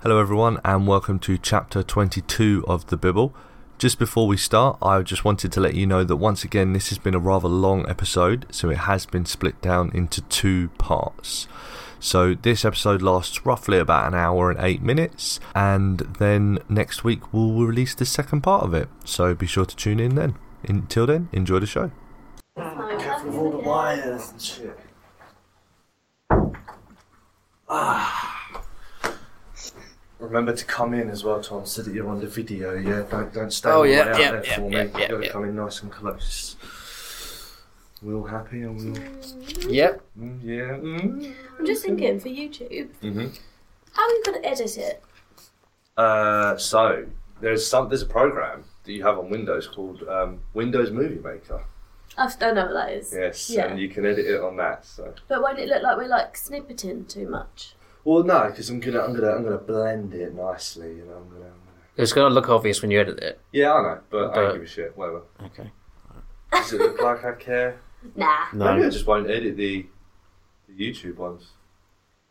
Hello, everyone, and welcome to chapter 22 of the Bible. Just before we start, I just wanted to let you know that once again, this has been a rather long episode, so it has been split down into two parts. So, this episode lasts roughly about an hour and eight minutes, and then next week we'll release the second part of it. So, be sure to tune in then. Until then, enjoy the show. Careful of all the wires and shit. Ah. Remember to come in as well, Tom, so that you're on the video. Yeah, don't don't stay Oh, all the yeah, way out yeah, there yeah, for yeah, me. yeah, You've got to yeah. come in nice and close. We're all happy and we'll Yep. mm, yeah. Mm. I'm just thinking for YouTube, Mhm. how are you going to edit it? Uh, so there's some there's a program that you have on Windows called um, Windows Movie Maker. I don't know what that is. Yes, Yeah. and you can edit it on that. So. But won't it look like we're like snippeting too much? Well, no, because I'm gonna, I'm gonna, I'm gonna blend it nicely. You know, I'm gonna. I'm gonna... It's going to look obvious when you edit it. Yeah, I know, but I But- don't give a shit. Whatever. Okay. Does it look like I care? Nah. Maybe I just won't edit the, the YouTube ones.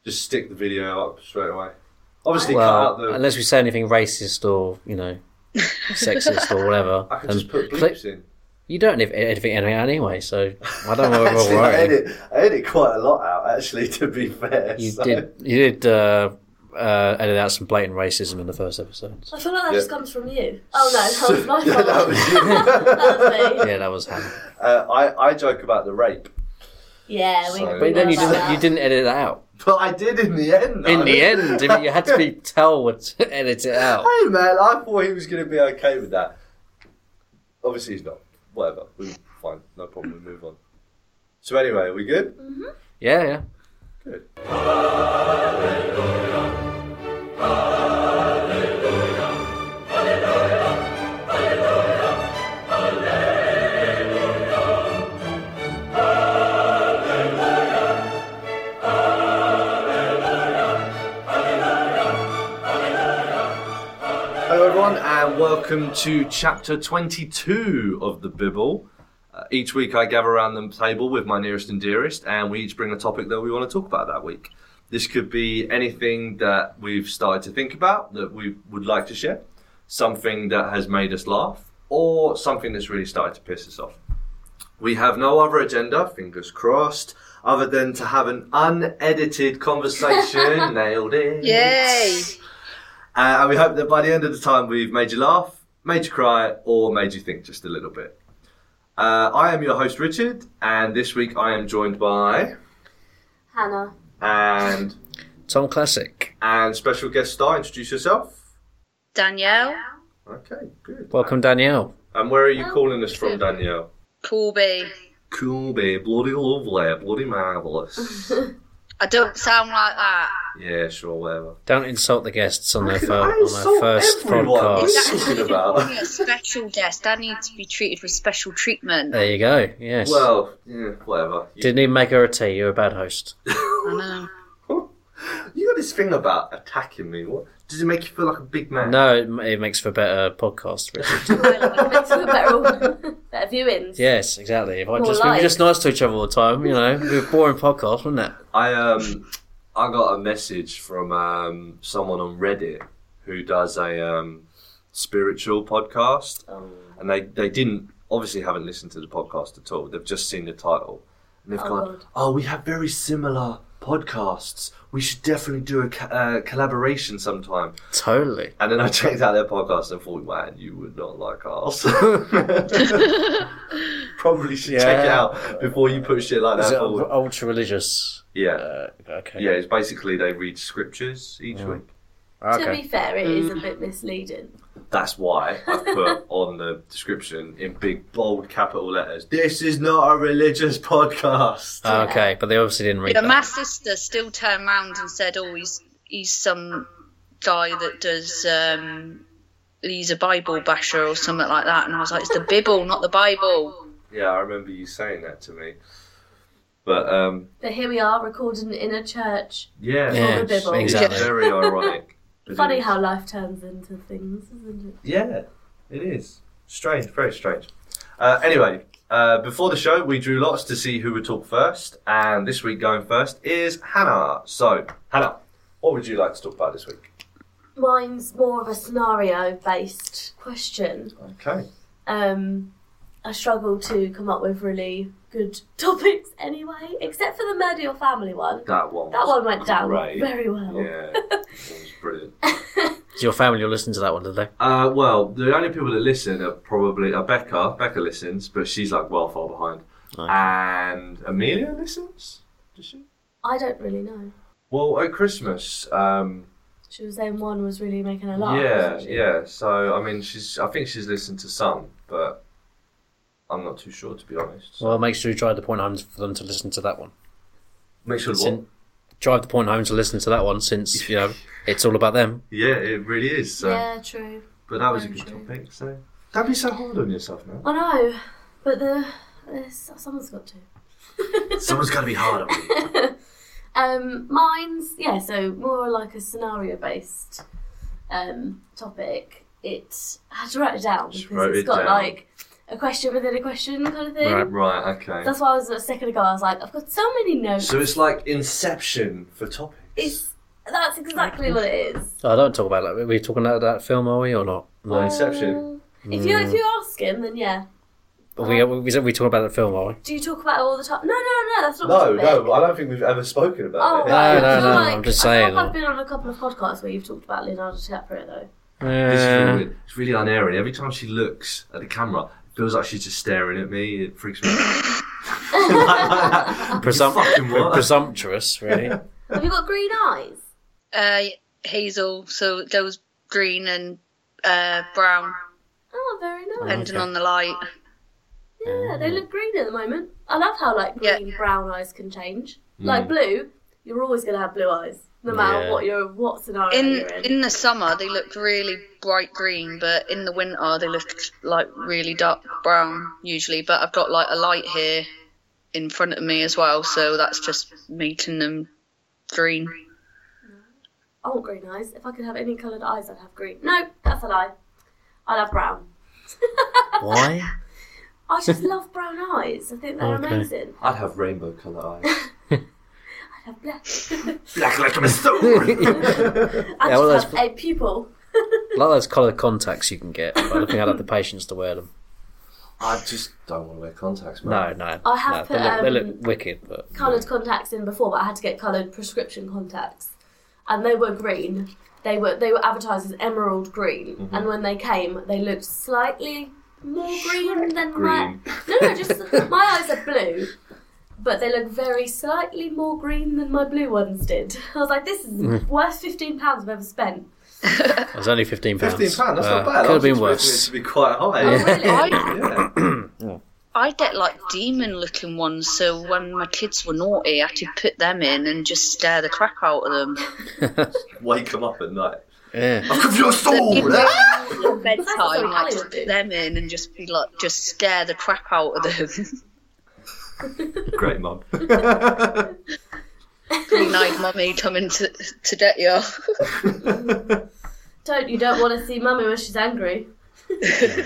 Just stick the video up straight away. Obviously, cut out Well, the. unless we say anything racist or, you know, sexist or whatever. I can And just put pli- bleeps in. you don't ed- edit anything out anyway, so I don't know what Actually, we're I worried. edit, I edit quite a lot out, actually, to be fair. You so- did, you did uh, uh, edit out some blatant racism in the first episode. I feel like that Yeah. just comes from you. Oh no, that was my Yeah, fault. that was you. That was me. Yeah, that was Hannah. Uh, I, I joke about the rape. Yeah, we. Sorry. we But then know you about didn't, you that. didn't edit that out. But I did in the end. In though. the end, I mean, you had to be tell what to edit it out. Hey man, I thought he was going to be okay with that. Obviously he's not. Whatever, we fine, no problem. We move on. So anyway, are we good? Yeah, yeah. Good. Hello everyone, and welcome to chapter 22 of the Bible. Uh, each week, I gather around the table with my nearest and dearest, and we each bring a topic that we want to talk about that week. This could be anything that we've started to think about that we would like to share, something that has made us laugh, or something that's really started to piss us off. We have no other agenda, fingers crossed, other than to have an unedited conversation. Nailed it. Yay! Uh, and we hope that by the end of the time, we've made you laugh, made you cry, or made you think just a little bit. Uh, I am your host, Richard, and this week I am joined by Hannah. and Tom Classic. and special guest star. Introduce yourself. Danielle, Okay, good. Welcome, Danielle. And where are you calling us from, Danielle? Corby. Cool, babe. Bloody lovely. Bloody marvelous. I don't sound like that. yeah, sure, whatever. Don't insult the guests on their, Look at fir- that, I on insult their first everyone. podcast. Exactly. What are you talking about? I'm a special guest. I need to be treated with special treatment. I There you go. Yes. Well, yeah, whatever. You, Didn't even make her a tea. You're a bad host. know. you got this thing about attacking me. What does it make you feel like a big man? No, it, it makes for better podcast. Richard. Makes for better, better viewings. yes, exactly. If I More just we were like. just nice to each other all the time, you know, it'd be a boring podcast, wouldn't it? I um I got a message from um someone on Reddit who does a um spiritual podcast and they they didn't obviously haven't listened to the podcast at all. They've just seen the title and they've Oh, gone, God. "Oh, we have very similar podcasts. We should definitely do a co- uh, collaboration sometime." Totally. And then I checked out their podcast and thought, "Man, you would not like ours." Probably should check it Yeah. out before you put shit like Is that it forward. ultra religious? Yeah. Uh, okay. Uh, oh. Yeah, it's basically they read scriptures each week. To Ah, Okay. be fair, it is a Mm. bit misleading. That's why I put on the description in big bold capital letters. This is not a religious podcast. Ah, Okay, but they obviously didn't read Yeah, my that. sister still turned round and said, "Oh, he's he's some guy that does." um He's a Bible basher or something like that, and I was like, "It's the Bible, not the Bible." Yeah, I remember you saying that to me. But um, But here we are recording in a church. yeah, Yeah, it's- it's exactly. very ironic. It Funny is. how life turns into things, isn't it? Yeah, it is strange, very strange. Uh, anyway, uh, before the show, we drew lots to see who would talk first, and this week going first is Hannah. So, Hannah, what would you like to talk about this week? Mine's more of a scenario based question. Okay. Um, I struggle to come up with really good topics anyway, except for the murder your family one. That one. That one went down Right. very well. Yeah. it was brilliant. So your family will listen to that one, did they? Uh, well, the only people that listen are probably are Becca. Becca listens, but she's like well far behind. Okay. And Amelia listens. Does she? I don't really know. Well, at Christmas, um, She was saying one was really making a laugh. yeah, wasn't she? yeah. So I mean, she's. I think she's listened to some, but I'm not too sure to be honest. Well, make sure you drive the point home for them to listen to that one. Make sure Sin- drive the point home to listen to that one, since you know it's all about them. Yeah, it really is. So, Yeah, true. but that was a Very good true. topic. So don't be so hard on yourself now. I know, but the there's- someone's got to. Someone's got to be hard on me. um, mine's yeah, so more like a scenario based um, topic. It I had to write it down Just because wrote it's it got down. like a question within a question kind of thing. Right. right. Okay. That's why I was a second ago. I was like, I've got so many notes. So it's like Inception for topics. It's that's exactly what it is. I don't talk about that. We're talking about that film, are we, or not? No. Nice. Inception. Uh, if you if you ask him, then yeah. But we we we talking about that film, are we? Do you talk about it all the time? No, no, no. That's not. no, my topic. no. I don't think we've ever spoken Oh, about No, it. right. no, I feel no, like, I'm just I feel saying, like uh, I've been on a couple of podcasts where you've talked about Leonardo DiCaprio, though. This is really Uh, weird. It's really unerring. Every time she looks at the camera, it feels like she's just staring at me. It freaks me out. presump- Fucking what? presumptuous, really. Have you got green eyes? Uh, hazel, so it goes green and uh, brown, Oh, very nice. depending on the light. Yeah, they look green at the moment. I love how like Yeah. green brown eyes can change. Like blue, you're always gonna have blue eyes, no matter Mm. Yeah. what your what scenario In you're in. in the summer, they look really bright green, but in the winter, they look like really dark brown usually. But I've got like a light here in front of me as well, so that's just making them green. I want Oh, green eyes. If I could have any coloured eyes, I'd have green. No, that's a lie. I'd have brown. Why? I just love brown eyes. I think they're Okay. amazing. I'd have rainbow colour eyes. I'd have black. Black like a stone. I'd Yeah, well, just that's- have a pupil. Like those colour contacts you can get by looking at the patients to wear them. I just don't want to wear contacts, No, man. no. I have no, put, they, look, they um, look wicked, but coloured contacts in before, but I had to get coloured prescription contacts, and they were green. They were they were advertised as emerald green, and when they came, they looked slightly more green than my. Green. No, no, just my eyes are blue, but they look very slightly more green than my blue ones did. I was like, this is the worst fifteen pounds I've ever spent. it was only fifteen pounds. Fifteen pound. That's not Uh, bad. I Could have was expecting It to be been worse. quite Oh, high. I yeah. I get like demon looking ones, so when my kids were naughty, I could put them in and just stare the crap out of them. Wake them up at night. Yeah. Look of your soul. eh? At bedtime, what I I would just do. put them in and just be like, just stare the crap out of them. Great mum. Green eyed mummy coming to to get you. Don't you don't want to see mummy when she's angry.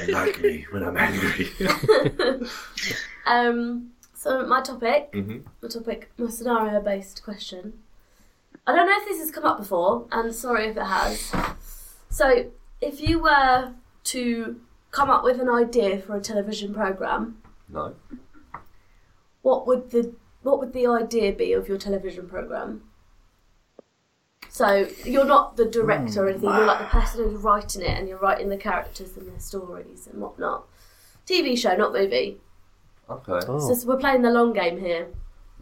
like me when I'm angry. Um, so my topic, Mhm. my topic, my scenario-based question. I don't know if this has come up before, and sorry if it has. So, if you were to come up with an idea for a television program, no. what would the what would the idea be of your television program? So you're not the director or anything. You're like the person who's writing it, and you're writing the characters and their stories and whatnot. TV show, not movie. Okay. So, so we're playing the long game here.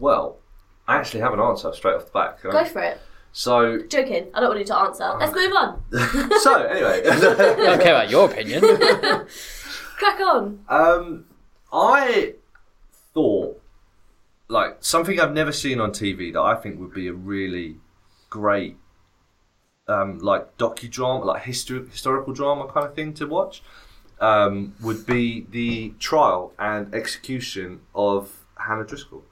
Well, I actually have an answer straight off the back. can I? Go for it. So, Joking. I don't want you to answer. Let's move on. so anyway, I don't care about your opinion. Crack on. um, I thought like something I've never seen on TV that I think would be a really great, um, like docudrama, like history, historical drama kind of thing to watch, um, would be the trial and execution of Hannah Driscoll.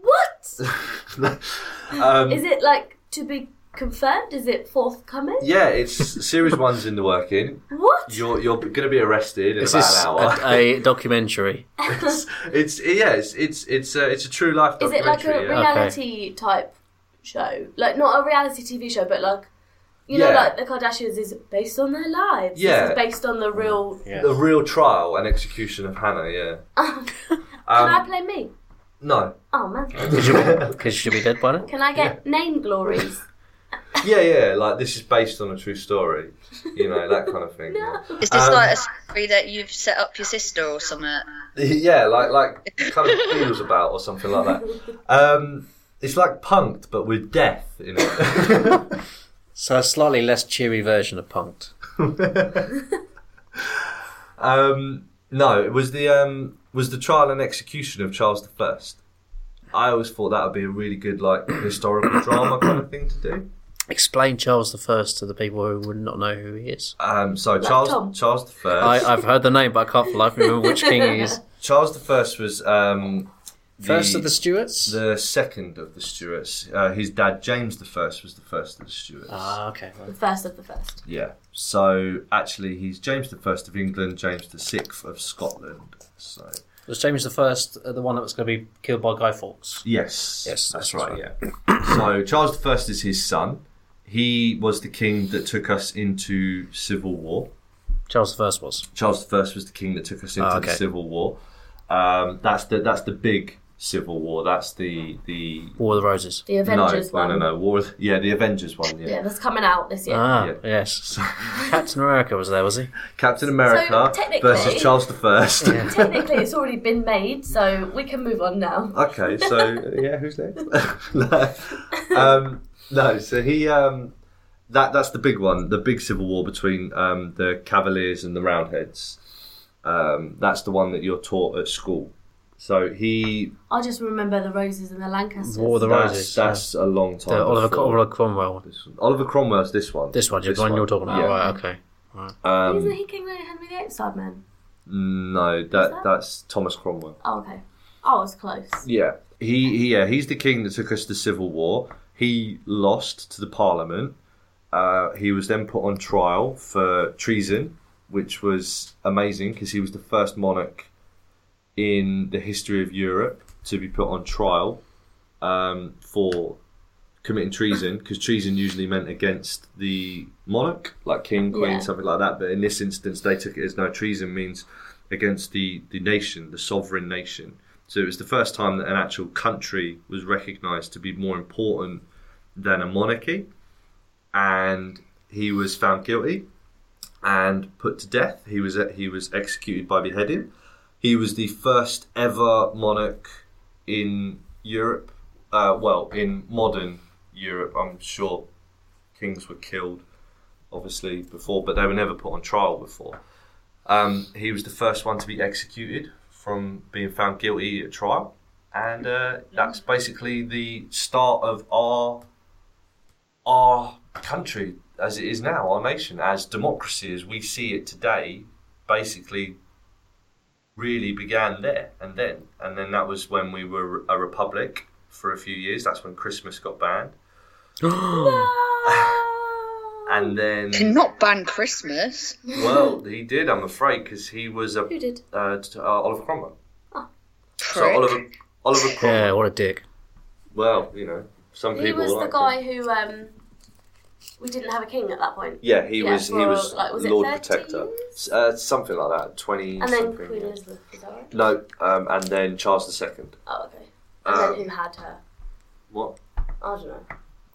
What? um, Is it like to be confirmed? Is it forthcoming? yeah, it's series one's in the working. What? You're you're going to be arrested in This about is an hour. a, a documentary. it's, it's yeah, it's it's it's a, it's a true life Is it like documentary. a yeah. reality type show? Like not a reality TV show, but like You know, Yeah. like the Kardashians is based on their lives. Yeah. This is based on the real. Yeah. The real trial and execution of Hannah, yeah. Can I Um, play me? no. Oh man. Because she'll be dead by now. Can I get name glories? Yeah, yeah, like this is based on a true story, you know, that kind of thing. yeah. Is this Um, like a story that you've set up your sister or something? Yeah, like like kind of feels about or something like that. Um, it's like punked, but with death in it. So a slightly less cheery version of Punked. um, no, it was the um, was the trial and execution of Charles the First. I always thought that would be a really good like historical drama kind of thing to do. Explain Charles the First to the people who would not know who he is. Um, so Tom. Charles Charles the First. I, I've heard the name, but I can't for life remember which king he is. Charles the First was um, the, First of the Stuarts. the second of the Stuarts. Uh, his dad James the First was the first of the Stuarts. Ah, okay. The first of the first. Yeah. So actually, he's James the First of England, James the Sixth of Scotland. So Was James the First uh, the one that was going to be killed by Guy Fawkes? yes, Yes, that's, that's right. Yeah. so Charles the First is his son. He was the king that took us into civil war. Charles the First was. Charles the First was the king that took us into Ah, the okay. civil war. Um, that's the that's the big civil war. That's the the War of the Roses. The Avengers no, one. no, Uh. no, no, war. Yeah, the Avengers one. Yeah. Yeah, that's coming out this year. Ah, Yeah. yes. Captain America was there, was he? Captain America technically- versus Charles the First. Technically, it's already been made, so we can move on now. Okay, so yeah, who's next? no, um, no, so he um, that that's the big one, the big civil war between um, the Cavaliers and the Roundheads. Um, that's the one that you're taught at school. So he I just remember the Roses and the Lancasters. War of the that's, Roses. that's a long yeah. time. the Oliver, before Oliver Cromwell. this one. Oliver Cromwell's this one. This one, the one you're talking about. Yeah. Right, okay. Um, Isn't he King Henry the Outside Man? no, that, that? that's Thomas Cromwell. Oh, okay. Oh, it's close. Yeah, he, he yeah he's the king that took us to the civil war. He lost to the parliament. Uh, he was then put on trial for treason, which was amazing because he was the first monarch in the history of Europe to be put on trial um, for committing treason. Because treason usually meant against the monarch, like king, queen, Yeah. something like that. But in this instance, they took it as no treason means against the, the nation, the sovereign nation. So it was the first time that an actual country was recognised to be more important than a monarchy. And he was found guilty and put to death. He was he was executed by beheading. He was the first ever monarch in Europe. Uh, well, in modern Europe, I'm sure kings were killed, obviously before, but they were never put on trial before. Um, he was the first one to be executed from being found guilty at trial, and uh, that's basically the start of our our country as it is now, our nation, as democracy as we see it today, basically really began there and then. And then that was when we were a republic for a few years. That's when Christmas got banned. Ah! And then, Cannot ban Christmas. well, he did, I'm afraid, because he was a, Who did? uh, t- uh, Oliver Cromwell. So Prick. Oliver, Oliver Cromwell. Yeah, what a dick. Well, you know, some He people was the like guy him. who um, we didn't have a king at that point. Yeah, he Yeah, was. He for, was like, was it Lord 13? Protector, S- uh, something like that. Twenty And then something. Queen yeah. Elizabeth, is that right? No, um, and then Charles II. Oh, okay. And Um, then who had her? What? I don't know.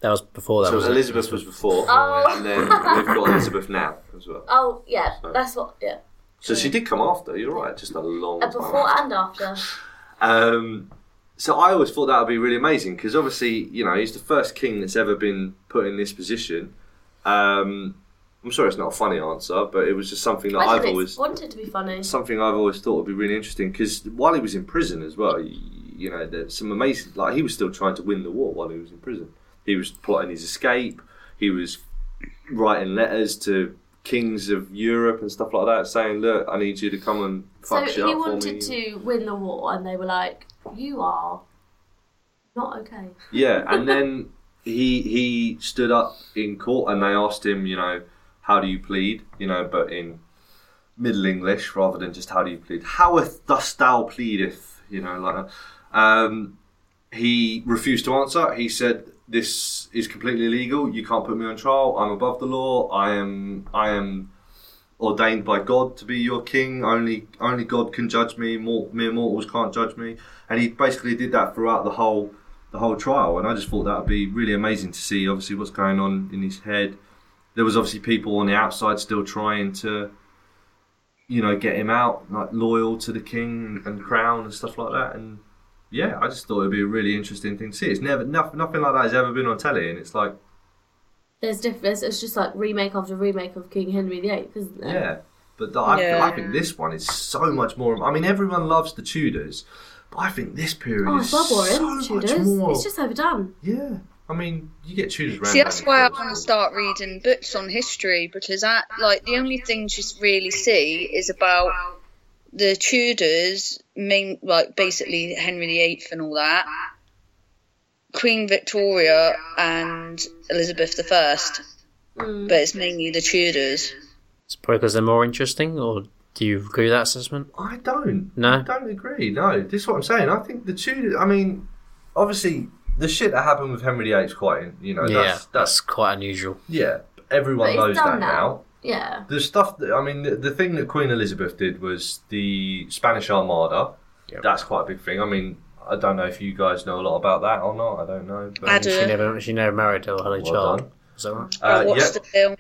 That was before that. So was it? Elizabeth was before, Oh. and then we've got Elizabeth now as well. Oh, yeah, that's what, yeah. So she did come after. You're right, just a long Uh, time. before and after. Um, so I always thought that would be really amazing because obviously, you know, he's the first king that's ever been put in this position. Um, I'm sorry, it's not a funny answer, but it was just something that I I've think always it's wanted to be funny. something I've always thought would be really interesting because while he was in prison as well, you, you know, there's some amazing. Like he was still trying to win the war while he was in prison. He was plotting his escape. He was writing letters to kings of Europe and stuff like that, saying, "Look, I need you to come and So fuck shit he up for me." wanted to win the war, and they were like, "You are not okay." Yeah, and then he he stood up in court and they asked him, you know, how do you plead? You know, but in Middle English rather than just how do you plead. Howeth dost thou pleadeth? You know, like that. Um, He refused to answer. He said, "This is completely illegal. You can't put me on trial. I'm above the law. I am. I am." Ordained by God to be your king, only only God can judge me. Mor- mere mortals can't judge me, and he basically did that throughout the whole the whole trial. And I just thought that would be really amazing to see, obviously, what's going on in his head. There was obviously people on the outside still trying to, you know, get him out, like loyal to the king and crown and stuff like that. And yeah, I just thought it'd be a really interesting thing to see. It's never nothing, nothing like that has ever been on telly, and it's like, There's difference. It's just like remake after remake of King Henry VIII, isn't there? yeah. But the, I, I Yeah. think this one is so much more. I mean, everyone loves the Tudors, but I think this period Oh, is it's well boring. so much Tudors. more. It's just overdone. yeah. I mean, you get Tudors. around See, that's now, why I of course. want to start reading books on history because that, like, the only things you really see is about the Tudors, main, like, basically Henry VIII and all that, Queen Victoria and Elizabeth I, Mm. but it's mainly the Tudors. It's probably because they're more interesting, or do you agree with that assessment? I don't. No? I don't agree. No, this is what I'm saying. I think the Tudors. I mean, obviously, the shit that happened with Henry VIII is quite. You know, yeah, Oh, that's, that's, that's quite unusual. yeah. Everyone But it's knows that done now. now. Yeah. The stuff that I mean, the, the thing that Queen Elizabeth did was the Spanish Armada. Yep. That's quite a big thing. I mean, I don't know if you guys know a lot about that or not. I don't know. But, I do. She never, she never married or had a Well child. done. Is that right? I Uh, watched yeah. the film.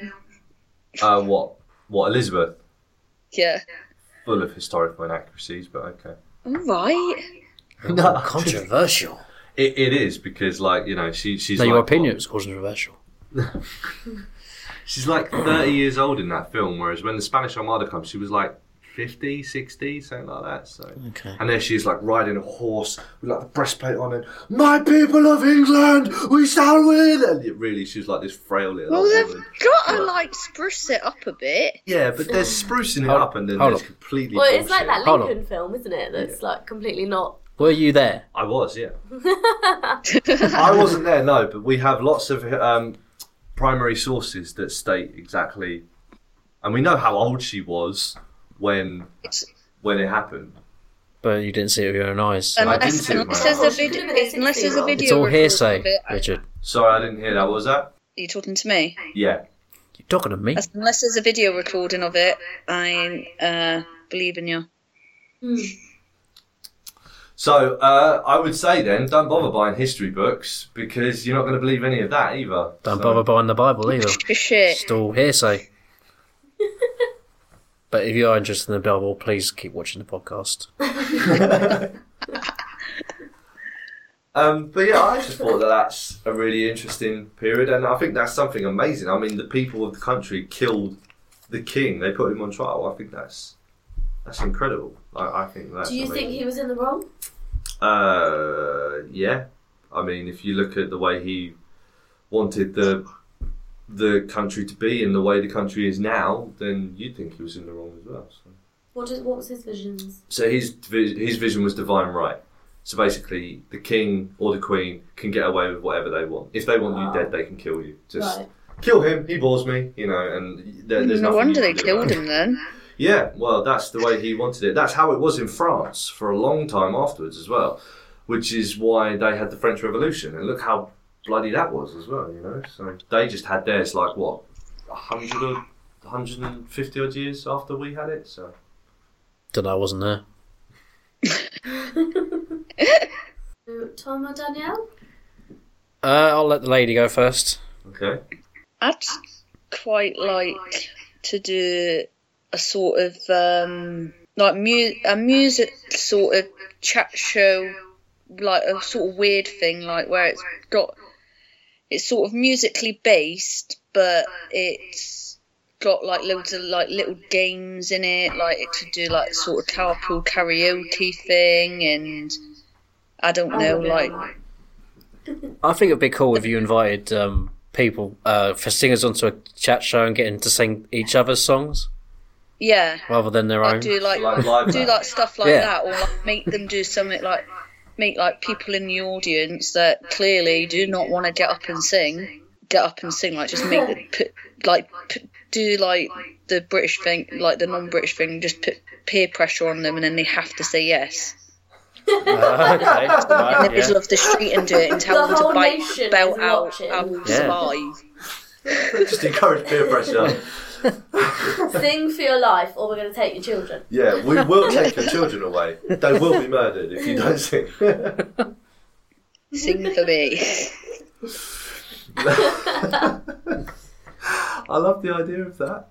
Uh, what? What Elizabeth? Yeah. Full of historical inaccuracies, but okay. All right. No. Oh, controversial. It, it is because, like, you know, she, she's. No, like, your what- opinion was controversial. She's like 30 years old in that film, whereas when the Spanish Armada comes, she was like 50, 60, something like that. So, Okay. And there she is, like riding a horse with like the breastplate on and, My people of England, we shall win! And it really, she's like this frail little Well, old they've woman. got to, like, spruce it up a bit. Yeah, but they're sprucing it Hold- up and then hold there's on. completely. Well, it's like bullshit. that Hold on. Lincoln film, isn't it? That's like completely not. Were you there? I was, yeah. I wasn't there, no, but we have lots of um, primary sources that state exactly, and we know how old she was when when it happened. But you didn't see it with your own eyes. so- I Unless, didn't see it Um, unless when I there's a was- video, unless there's a video. it's all recording hearsay, of it. Are Richard. Sorry, I didn't hear that. What was that? you talking to me? Yeah. You're talking to me. As- Unless there's a video recording of it, I uh, believe in you. So uh, I would say then, don't bother buying history books because you're not going to believe any of that either. Don't So- bother buying the Bible either. For shit. It's all hearsay. but if you are interested in the Bible, please keep watching the podcast. Um, but yeah, I just thought that that's a really interesting period, and I think that's something amazing. I mean, the people of the country killed the king; they put him on trial. I think that's that's incredible. I, I think that's. Do you think amazing. he was in the wrong? Uh, yeah. I mean, if you look at the way he wanted the the country to be and the way the country is now, then you'd think he was in the wrong as well. So, What, is, what was his visions? so his vi- his vision was divine right. So basically, the king or the queen can get away with whatever they want. If they want you Ah. dead, they can kill you. Just Right. kill him. He bores me, you know. And there, there's Mm, No nothing wonder you they can do killed about it. him then. Yeah, well, that's the way he wanted it. That's how it was in France for a long time afterwards as well, which is why they had the French Revolution. And look how bloody that was as well, you know? So they just had theirs like, what, 100 or 150 odd years after we had it? So. Don't know, I wasn't there. So, Tom or Danielle? Uh, I'll let the lady go first. Okay. I'd quite like to do a sort of um, like mu- a music sort of chat show, like a sort of weird thing, like where it's got it's sort of musically based, but it's got like loads of like little games in it, like it could do like sort of carpool karaoke thing, and I don't know, like I think it'd be cool if you invited um, people uh, for singers onto a chat show and getting to sing each other's songs yeah. rather than their I own. do like, Like live do band. like stuff like Yeah. that, or like make them do something like make like people in the audience that clearly do not want to get up and sing, get up and sing. Like just make them put like put, do like the British thing, like the non-British thing, just put peer pressure on them, and then they have to say yes. Uh, okay. in the Right, middle yeah. of the street and do it and The tell them to whole bite, nation belt is out, um, watching. and Yeah. survive. Just encourage peer pressure. Sing for your life, or we're going to take your children. yeah, we will take your children away. They will be murdered if you don't sing. Sing for me. I love the idea of that.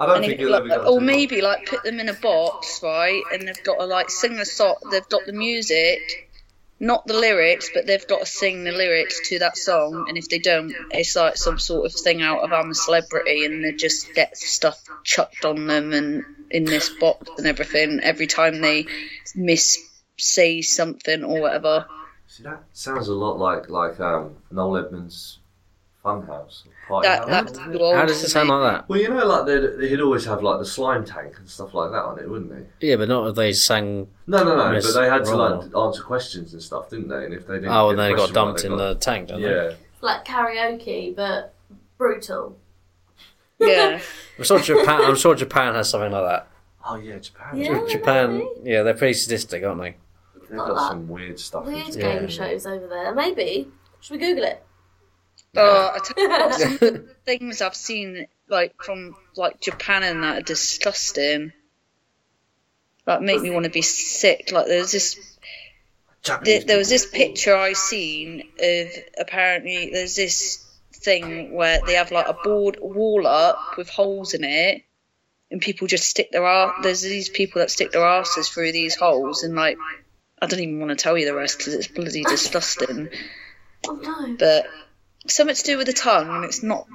I don't And think if- you'll ever like, get or maybe like put them in a box, right? And they've got to like sing the song. They've got the music, not the lyrics, but they've got to sing the lyrics to that song. And if they don't, it's like some sort of thing out of I'm a Celebrity, and they just get stuff chucked on them and in this box and everything. Every time they miss say something or whatever. See, that sounds a lot like like um, Noel Edmonds' Funhouse. Party house, That that's isn't it? old How does it sound like Well, you know, like they'd, he'd always have like the slime tank and stuff like that on it, wouldn't they? that? Yeah, but not if they sang. No, no, no. Miss But they had to like Ronald. answer questions and stuff, didn't they? And if they didn't, Oh, get and then the it got question right, dumped they in the tank, didn't it? Yeah, It's like karaoke, but brutal. Yeah. I'm sure Japan. I'm sure Japan has something like that. Oh yeah, Japan. Yeah. They've Japan, yeah, they're pretty sadistic, aren't they? got some weird stuff. in Weird Japan. game shows over there. Maybe. Should we Google it? Oh, I tell you what, some of the things I've seen like from like Japan and that are disgusting. Like make me want to be sick. Like there's this there, Japanese there was this picture I seen of apparently there's this thing where they have like a board wall up with holes in it, and people just stick their ar- there's these people that stick their asses through these holes and like I don't even want to tell you the rest because it's bloody disgusting Oh no. but something to do with the tongue, and it's not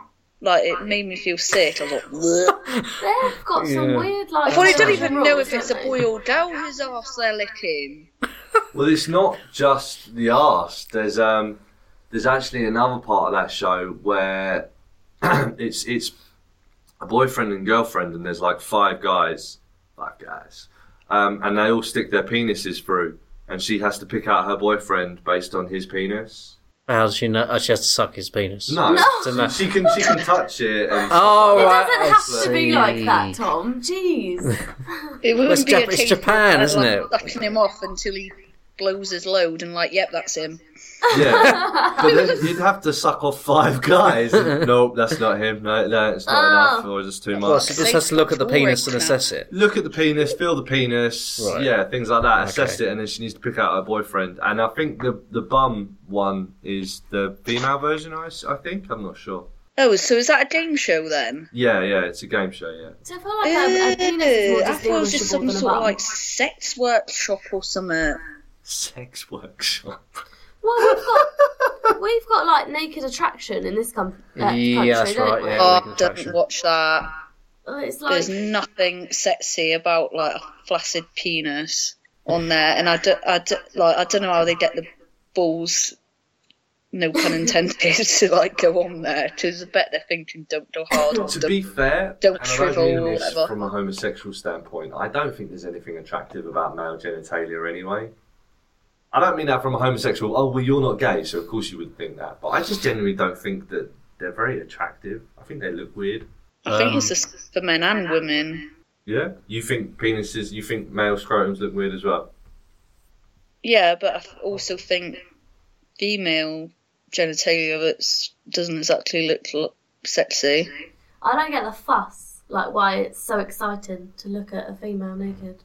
like it made me feel sick. I was like, "Bleh." They've got some Yeah. weird like. I probably don't social even rules, know if it's a don't they? boy or down his ass they're licking. Well, it's not just the arse. There's um, there's actually another part of that show where it's it's a boyfriend and girlfriend, and there's like five guys, five guys, um, and they all stick their penises through, and she has to pick out her boyfriend based on his penis. How does she know? Oh, she has to suck his penis. No, No. she can she can touch it. And Oh, It right. doesn't I have to see. be like that, Tom. Jeez. It wouldn't it's be a Jap- it's case Japan, of, like, isn't it? Sucking him off until he blows his load, and like, yep, that's him. Yeah, but then you'd have to suck off five guys. nope, that's not him. No, no, it's not enough, or it's too much. Well, she just has to look at the penis and assess it. look at the penis, feel the penis, Right. yeah, things like that. Assess Okay. it, and then she needs to pick out her boyfriend. And I think the the bum one is the female version. I, s- I think I'm not sure. Oh, so is that a game show then? Yeah, yeah, it's a game show. Yeah, So I feel like um, a penis is more Ew, I thought it was just distinguishable than some a sort of bum. like sex workshop or something. sex workshop. Well, we've got we've got like naked attraction in this com- uh, country. Yeah, that's don't right, we? yeah. Oh, Naked don't Attraction. watch that. Oh, It's like There's nothing sexy about like a flaccid penis on there, and I don't, I don't, like, I don't know how they get the balls, no pun intended, to like go on there. Because I bet they're thinking, don't go hard on to them. be fair, Don't and I don't shrivel mean or this whatever. from a homosexual standpoint. I don't think there's anything attractive about male genitalia anyway. I don't mean that from a homosexual. Oh well, you're not gay, so of course you would think that. But I just genuinely don't think that they're very attractive. I think they look weird. I think it's um, just for men and women. Yeah, you think penises, you think male scrotums look weird as well. Yeah, but I f- also think female genitalia that doesn't exactly look l- sexy. I don't get the fuss. Like why it's so exciting to look at a female naked.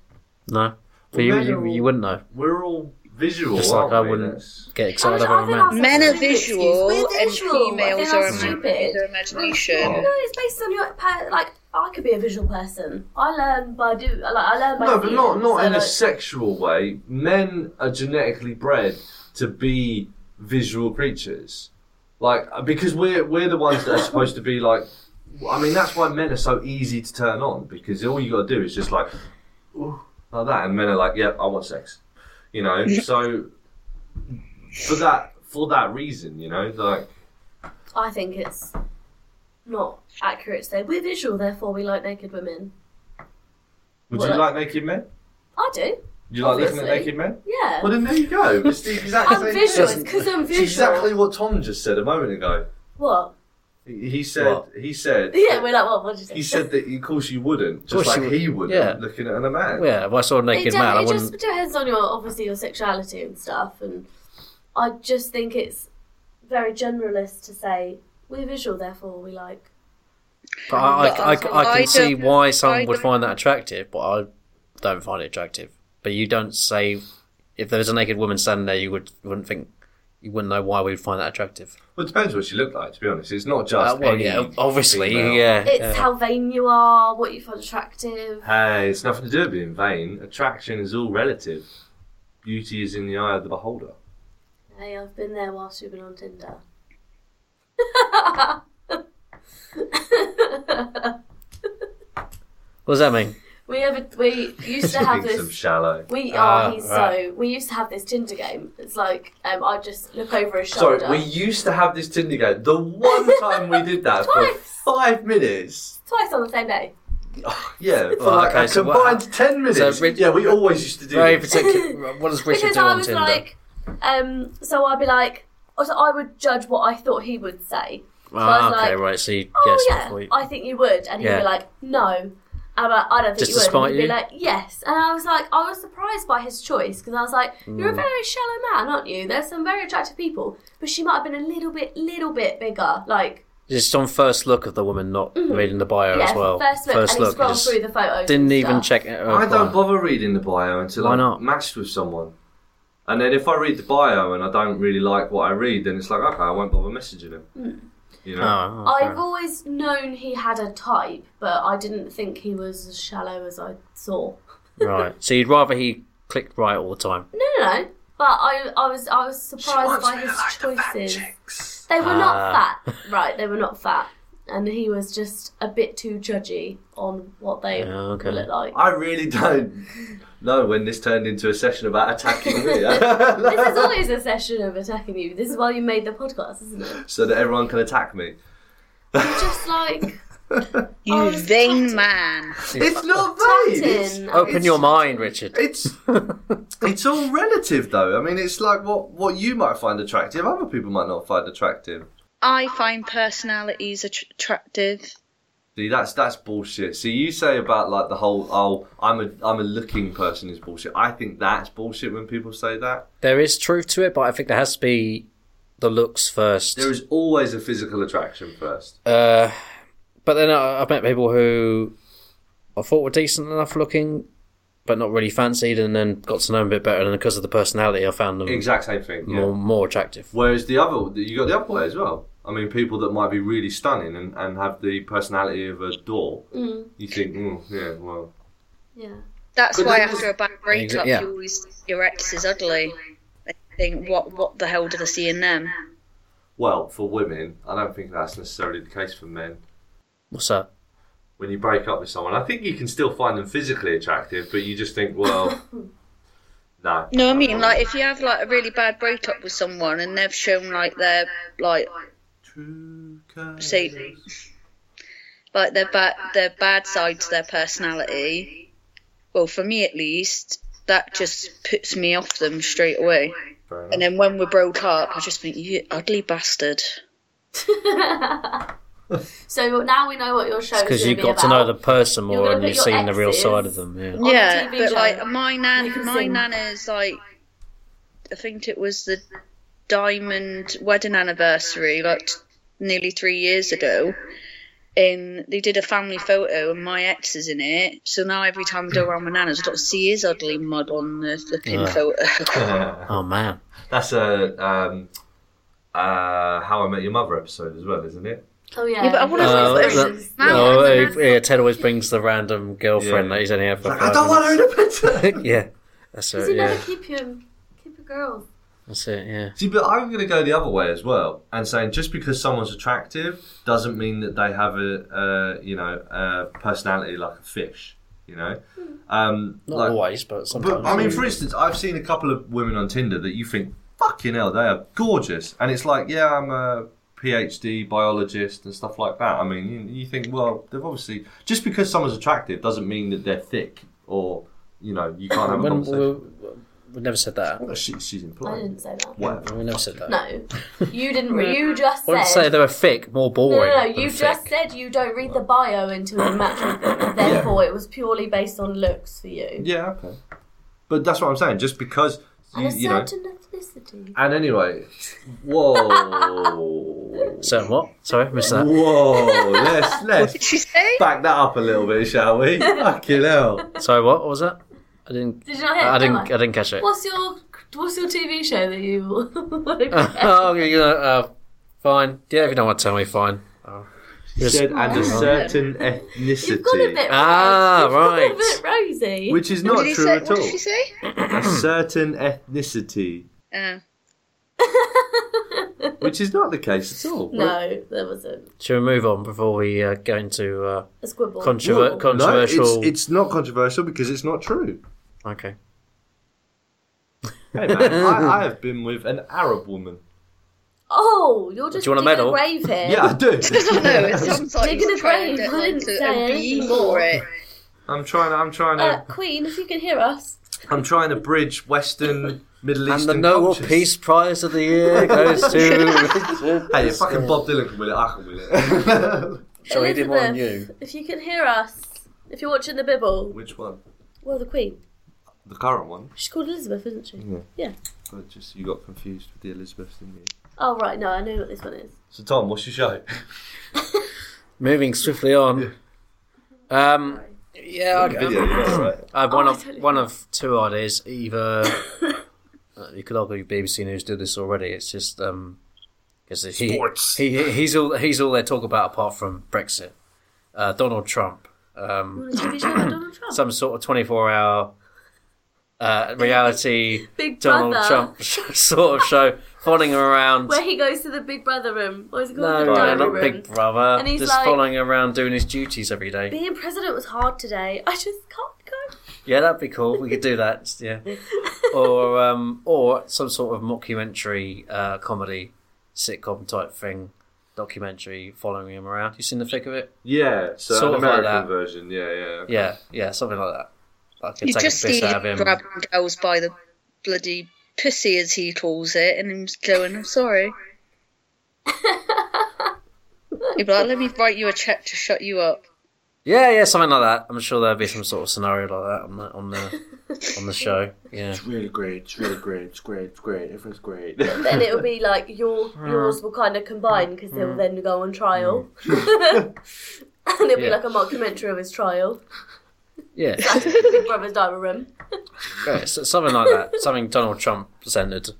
No. But Well, you, men are you, all- you wouldn't know. We're all visual, Just like aren't I we? wouldn't That's- Get I excited mean, I about think a man. that's Men such are a stupid excuse. visual, We're and visual. I think females that's are stupid. Oh, their imagination. Oh. No, it's based on your per- like. I could be a visual person. I learn by do. Like I learn by. No, but seeing, not not so, in a like- sexual way. Men are genetically bred to be visual creatures, like uh, because we're we're the ones that are supposed to be like. I mean, that's why men are so easy to turn on because all you got to do is just like, ooh, like that, and men are like, "Yep, I want sex," you know. So for that for that reason, you know, like I think it's not accurate to say we're visual, therefore we like naked women. would Well, you like naked men? I do. You like looking at Obviously. naked men? Yeah. Well, then there you go. It's the exact I'm same visual. It's thing. because I'm It's visual. exactly what Tom just said a moment ago. What? He he said. What? He said. Yeah, we're like, well, what did you say? He said that, of course, you wouldn't. Just course like you would- he wouldn't. yeah. Looking at a man. Yeah, if I saw a It, naked de- man, I it just wouldn't. depends on your obviously your sexuality and stuff, and I just think it's very generalist to say we're visual, therefore we like. But I, I, I, I I can see don't- why someone I would don't- find that attractive, but I don't find it attractive. But you don't say if there was a naked woman standing there, you would wouldn't think you wouldn't know why we'd find that attractive. Well, it depends what she looked like. To be honest, it's not Uh, just. well, any yeah, obviously, female. yeah. It's yeah. how vain you are, what you find attractive. Hey, it's nothing to do with being vain. Attraction is all relative. Beauty is in the eye of the beholder. Hey, I've been there whilst you've been on Tinder. what does that mean? we ever we used to have Being some this. shallow. We Ah, are he's right. so. We used to have this Tinder game. It's like um, I just look over his shoulder. Sorry, we used to have this Tinder game. The one time we did that for Twice. five minutes. twice on the same day. Yeah, for Well, like okay, a so what combined ten minutes. so Rich- yeah, we always used to do Very this. particular. What does Richard because do I on was Tinder? like, um, so I'd be like, oh, so I would judge what I thought he would say. So I ah, was okay, like, right. So you Oh guess yeah, before you- I think you would, and he'd Yeah. be like, no. I'm like, I don't think Just you to would. spite and he'd you? be like, yes. And I was like, I was surprised by his choice because I was like, Hmm. you're a very shallow man, aren't you? There's some very attractive people, but she might have been a little bit, little bit bigger. Like, just on first look of the woman, not reading the bio Mm-hmm. yeah, as well. first look, and he you scrolled just through the photos. didn't and even stuff. check it. oh, out. I don't bother reading the bio until Why I'm not? matched with someone. And then if I read the bio and I don't really like what I read, then it's like, okay, I won't bother messaging him. You know? Oh, okay. I've always known he had a type, but I didn't think he was as shallow as I saw. right. So you'd rather he clicked right all the time. No, no, no. But I, I was, I was surprised by his choices. They were Ah. not fat, right? They were not fat, and he was just a bit too judgy on what they Yeah, okay. look like. I really don't know when this turned into a session about attacking me. This is always a session of attacking you. This is why you made the podcast, isn't it? so that everyone can attack me. You're just like You Oh, it's vain tactic. man. It's not vain. It's, Tatin. Open your mind, Richard. it's it's all relative, though. I mean, it's like what what you might find attractive, other people might not find attractive. I find personalities att- attractive. See, that's that's bullshit. See, you say about like the whole oh, I'm a I'm a looking person is bullshit. I think that's bullshit when people say that. There is truth to it, but I think there has to be the looks first. There is always a physical attraction first. Uh, but then I, I've met people who I thought were decent enough looking, but not really fancied, and then got to know them a bit better, and because of the personality, I found them Exact same thing. Yeah. more more attractive. Whereas the other, you got the other way as well. I mean, people that might be really stunning and, and have the personality of a door. Mm, You think, mm, yeah, well, yeah. That's But why then after a bad Exa- breakup, yeah. you always your ex is ugly. I think what what the hell did I see in them? well, for women, I don't think that's necessarily the case for men. What's that? When you break up with someone, I think you can still find them physically attractive, but you just think, well, no. No, I mean like if you have like a really bad breakup with someone and they've shown like their like True colours. say like their bad their bad side to their personality. Well, for me at least, that just puts me off them straight away. Fair enough. And then when we broke up, I just think you ugly bastard. So now we know what your show is Because gonna you be got to know about. the person more, gonna and put you've your seen the real exes side of them. Yeah. on the yeah, TV but show. like my You nan, can my sing. nana's like, I think it was the diamond wedding anniversary, like t- nearly three years ago. And they did a family photo, and my ex is in it. So now every time I go around my nana's, I've got to see his ugly mud on the flipping Yeah. photo. Oh man, That's a um, uh, How I Met Your Mother episode as well, isn't it? Oh yeah. Yeah, but I wanna Those know Uh, what reasons. that- Yeah. no, oh, it's eh, yeah, Ted always brings the random girlfriend Yeah. that he's only had for. Like, five I don't want her in a picture. minutes. yeah, that's Does it. he Uh, Yeah, never keep you, keep your girls? that's it. Yeah. See, but I'm going to go the other way as well, and saying just because someone's attractive doesn't mean that they have a, uh, you know, a personality like a fish. You know, Hmm. um, Not like- always, but sometimes. But I mean, for instance, I've seen a couple of women on Tinder that you think, fucking hell, they are gorgeous, and it's like, yeah, I'm a PhD biologist and stuff like that. I mean, you, you think, well, they've obviously just because someone's attractive doesn't mean that they're thick or you know you can't have a when, conversation. w- We never said that. Well, she, she's I implying. didn't say that. Whatever. We never said that. No, you didn't. Re- you just I wouldn't say said. they were thick, more No, boring. no, no. than You thick. just said you don't read the bio until you match with them. Therefore, it was purely based on looks for you. Yeah, okay. But that's what I'm saying. Just because And you, a you know. certain ethnicity. And anyway, whoa, So what? Sorry, missed that. whoa. Let's let's She say? back that up a little bit, shall we? Fucking hell. Sorry, what? what was that? I didn't. Did you not hear? I didn't. Emma? I didn't catch it. What's your What's your TV show that you want to oh, you know, uh, fine. Yeah, if you don't want to tell me, fine. Oh. She said, and a Wow. certain You've got a ethnicity, bit. Ah, You've got right. a bit rosy. which is What not did he true say? at What did she all. say? A certain ethnicity, Oh. which is not the case at all. no, there wasn't. Should we move on before we uh, go into uh, A squibble. controver- Whoa. controversial? No, it's, it's not controversial because it's not true. Okay. Hey man, I, I have been with an Arab woman. Oh, you're just you want a digging medal? grave here. Yeah, I do. I know, it sounds like Digging you're a trying grave, to I get like, didn't say to- a B anything. for it. I'm trying. I'm trying Uh, to. Queen, if you can hear us. I'm trying to bridge Western, Middle And Eastern. the Nobel cultures. Peace Prize of the year goes to. Hey, if fucking Bob Dylan can win it, I can win it. Shall we do more than Elizabeth, you? If you can hear us, if you're watching the Bibble, Which one? well, the Queen. The current one. She's called Elizabeth, isn't she? Mm. Yeah. Yeah. But just you got confused with the Elizabeth, didn't you? Oh right, no, I know what this one is. So Tom, what's your show? Moving swiftly on. Um, yeah, I'd- Video, you know, right? I've one Oh, I of totally one of two ideas. Either uh, you could argue BBC News do this already. It's just um, because he, Sports. he he's all he's all they talk about apart from Brexit, uh, Donald Trump, um, On a TV show about Donald Trump. some sort of twenty four hour uh, reality Big Donald Brother. Trump sort of show, following around. Where he goes to the Big Brother room. Or is it No, called the no, diary not room? Big Brother. And he's Just like- following around doing his duties every day. Being president was hard today. I just can't go. Yeah, that'd be cool. We could do that. Yeah, or um, or some sort of mockumentary uh, comedy sitcom type thing, documentary following him around. You seen the thick of it? Yeah, so Sort an of like American that. version. Yeah, yeah. Yeah, yeah, something like that. I could You take just a piss see out of him him. grabbing girls by the bloody pussy, as he calls it, and him just going, I'm sorry. He'd be like, let me write you a check to shut you up. Yeah, yeah, something like that. I'm sure there'll be some sort of scenario like that on the on the on the show. Yeah, It's really great. It's really great. It's great. It's great. Everything's great. Then it'll be like your Uh-huh. yours will kind of combine because they'll Mm. then go on trial. and it'll be Yeah. like a mockumentary of his trial. yeah, Big Brother's diary room. yeah so- something like that. Something Donald Trump presented.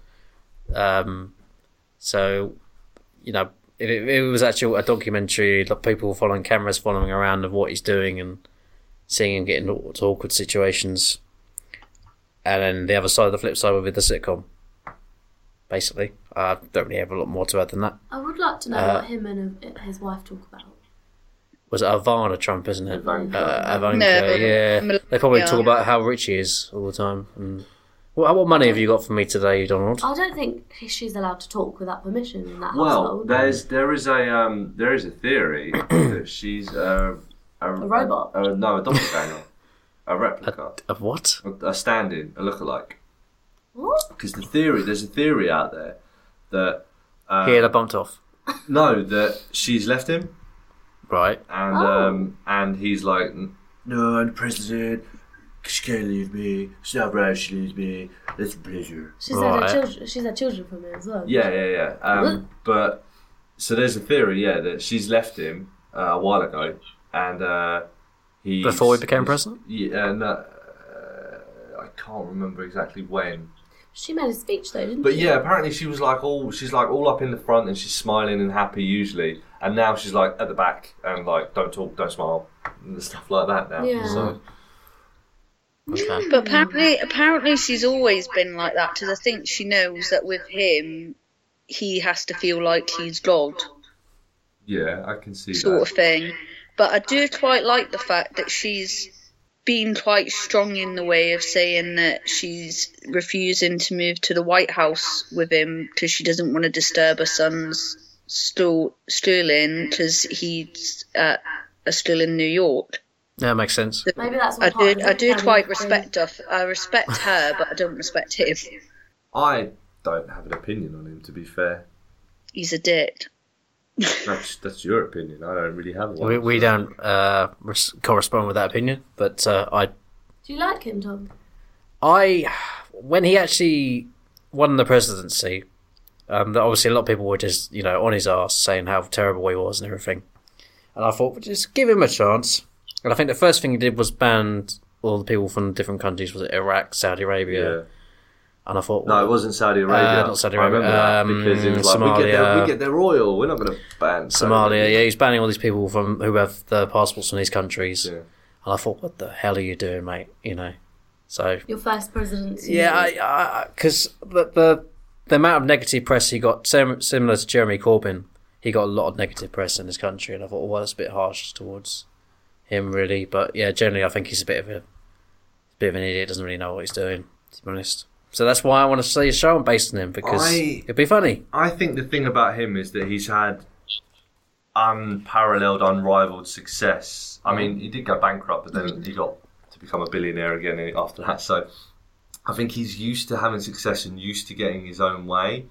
Um, so, you know, if it, it was actually a documentary, like people following cameras, following around of what he's doing and seeing him get into aw- to awkward situations. And then the other side, the flip side, would be the sitcom. Basically, I don't really have a lot more to add than that. I would like to know Uh, what him and uh, his wife talk about. Was it Ivana Trump, isn't it? Ivanka. Uh, Ivanka, No, yeah. Melania. They probably talk about how rich he is all the time. And what, what money have you got for me today, Donald? I don't think he- she's allowed to talk without permission in that Well, household. there's there is a um there is a theory that she's a a, robot? A, no, a doppelganger, a replica, Of what? a, a stand-in, a lookalike. What? Because the theory there's a theory out there that uh, Here, they bumped off. no that she's left him Right. and Oh. um and he's like "N- no, I'm the president. She can't leave me. It's not right. She leaves me. It's a pleasure. She's had, Right. her children, she's had children from him as well. yeah yeah yeah um but so there's a theory yeah that she's left him uh, a while ago and uh he Before he became president? yeah no, uh, I can't remember exactly when She made a speech though, didn't But she? yeah, apparently she was like all she's like all up in the front and she's smiling and happy usually, and now she's like at the back and like don't talk, don't smile, and stuff like that now. Yeah. So Okay. But apparently, apparently, she's always been like that because I think she knows that with him, he has to feel like he's God, yeah, I can see sort that. of thing. But I do quite like the fact that she's been quite strong in the way of saying that she's refusing to move to the White House with him because she doesn't want to disturb her son's school, schooling because he's uh, are still in New York. Yeah, makes sense. Maybe that's I what do, I do quite respect her. I respect her, but I don't respect him. I don't have an opinion on him, to be fair. He's a dick. That's that's your opinion. I don't really have one. We, we don't uh, res- correspond with that opinion, but uh, I Do you like him, Tom? I, when he actually won the presidency, um, that obviously a lot of people were just you know on his ass saying how terrible he was and everything, and I thought well, just give him a chance. And I think the first thing he did was ban all the people from different countries, was it Iraq, Saudi Arabia, Yeah. and I thought No, it wasn't Saudi Arabia. Uh, not Saudi I remember that Arabia, because it was like um, we get their, Somalia. we get their oil. We're not going to ban Saudi Somalia. Arabia. Yeah, he's banning all these people from who have their passports from these countries. Yeah. And I thought, what the hell are you doing, mate? You know, so Your first presidency. yeah, because the, the the amount of negative press he got, sim- similar to Jeremy Corbyn, he got a lot of negative press in his country, and I thought, well, that's a bit harsh towards him, really. But yeah, generally, I think he's a bit of a bit of an idiot. Doesn't really know what he's doing, to be honest. So that's why I want to see a show based on him because I- it'd be funny. I think the thing about him is that he's had unparalleled, unrivaled success. I mean, he did go bankrupt, but then he got to become a billionaire again after that. So I think he's used to having success and used to getting his own way.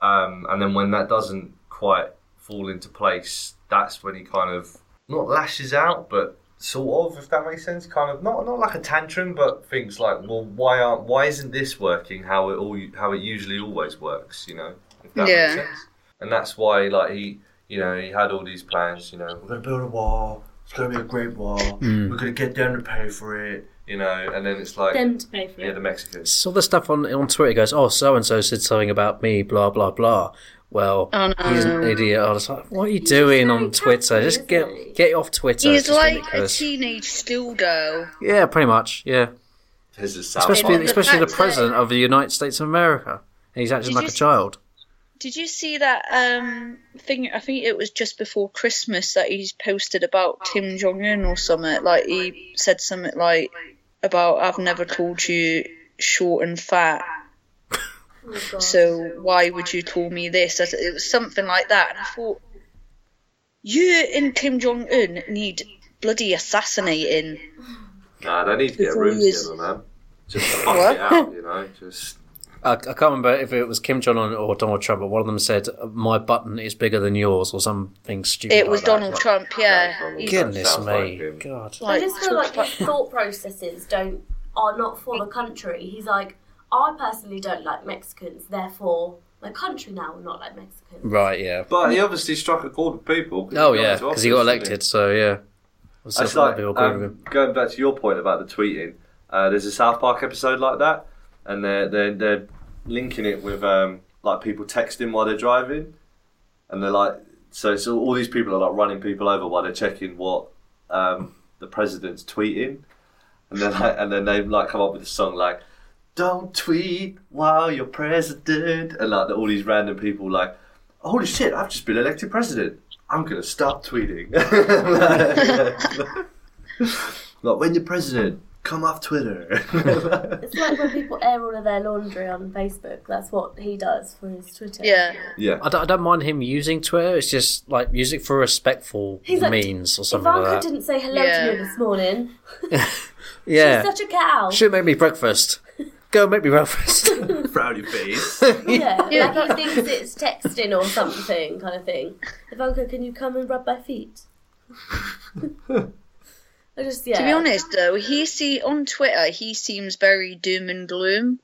Um, and then when that doesn't quite fall into place, that's when he kind of not lashes out, but sort of, if that makes sense, kind of not not like a tantrum, but things like, well, why aren't why isn't this working? How it all how it usually always works, you know? If that Yeah. makes sense. And that's why, like he, you know, he had all these plans, you know, We're gonna build a wall. It's gonna be a great wall. Mm. We're gonna get them to pay for it. you know, and then it's like, Them to pay for yeah, it. the Mexicans. It's all the stuff on on Twitter goes, oh, so and so said something about me, blah blah blah. Well, Oh, no. he's an idiot. I was like, what are you He's doing just on very Twitter? catty, Just isn't get he? get off Twitter. He's It's just like a ridiculous. teenage schoolgirl. Yeah, pretty much. Yeah, There's a South especially the Park. especially the fact that- president of the United States of America. He's acting Did like you a see- child. Did you see that um thing? I think it was just before Christmas that he's posted about Kim Jong Un or something. Like he said something like about I've never called you short and fat, Oh, God. so why would you call me this? As- It was something like that, and I thought you and Kim Jong Un need bloody assassinating. Nah, they need to get It's rooms always- together, man. Just to fuck it out, you know. Just I, I can't remember if it was Kim Jong Un or Donald Trump, but one of them said, "My button is bigger than yours" or something stupid. It was like that. Donald Trump, yeah. Donald He's, Trump. Goodness Sounds like me, him. God. I like, just feel talks like his thought processes don't are not for the country. He's like, I personally don't like Mexicans, therefore my country now will not like Mexicans. Right, yeah. But he obviously struck a chord with people. 'cause Oh he got yeah, into because he got office, didn't elected. So yeah, Obviously, That's a lot of like, people agree um, with him. going back to your point about the tweeting. Uh, there's a South Park episode like that, and they're they're, they're linking it with um, like people texting while they're driving, and they're like, so so all these people are like running people over while they're checking what um, the president's tweeting, and then like, and then they like come up with a song like. Don't tweet while you're president, and like all these random people like, holy shit, I've just been elected president. I'm gonna stop tweeting. Like when you're president, come off Twitter. It's like when people air all of their laundry on Facebook. That's what he does for his Twitter. Yeah. yeah. I don't, I don't mind him using Twitter. It's just like music for respectful He's like, means or something Ivanka like that. didn't say hello Yeah. to me this morning. Yeah, She's such a cow. should make me breakfast. Go make me breakfast. Frowny face. yeah. Yeah. Like he thinks it's texting or something kind of thing. Ivanka, can you come and rub my feet? I just yeah. To be honest, though, he see on Twitter he seems very doom and gloom,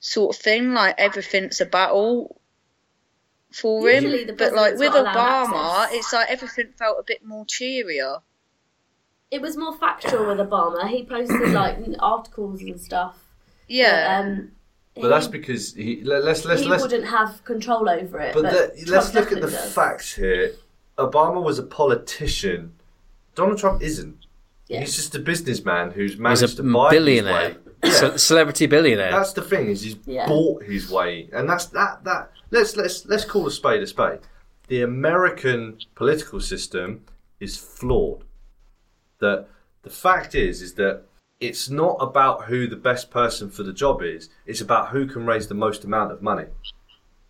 sort of thing. Like everything's a battle for him. Usually the but like president's with not allowed Obama, access. it's like everything felt a bit more cheerier. It was more factual with Obama. He posted like articles and stuff. Yeah, Um, But that's because he. Let, let's let's he let's. wouldn't have control over it. But But, let, let's Trump look at the definitely does. facts here. Obama was a politician. Donald Trump isn't. Yeah. He's just a businessman who's managed He's a to buy billionaire, his way. Yeah. Ce- celebrity billionaire. that's the thing is he's Yeah. bought his way, and that's that that. Let's let's let's call a spade a spade. The American political system is flawed. That the fact is is that it's not about who the best person for the job is. It's about who can raise the most amount of money.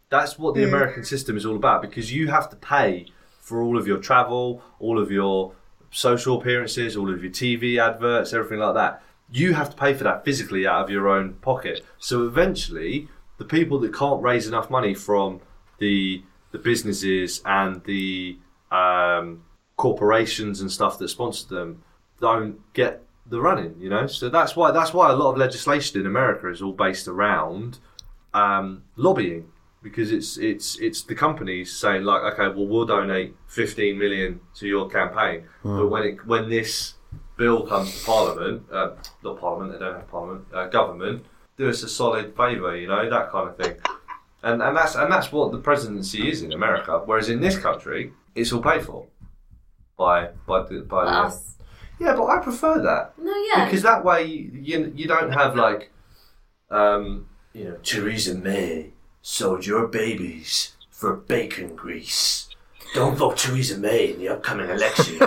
That's what the American system is all about because you have to pay for all of your travel, all of your social appearances, all of your TV adverts, everything like that. You have to pay for that physically out of your own pocket. So eventually, the people that can't raise enough money from the the businesses and the um, corporations and stuff that sponsor them don't get the running. You know, so that's why that's why a lot of legislation in America is all based around um, lobbying because it's it's it's the companies saying like, okay, well we'll donate 15 million to your campaign, but when it when this bill comes to Parliament, uh, not Parliament, they don't have Parliament, uh, government, do us a solid favour, you know, that kind of thing, and and that's and that's what the presidency is in America, whereas in this country it's all paid for by by the by the Us. yeah, but I prefer that No, yeah. because that way you you don't have like um You know, Theresa May sold your babies for bacon grease. Don't vote Theresa May in the upcoming election.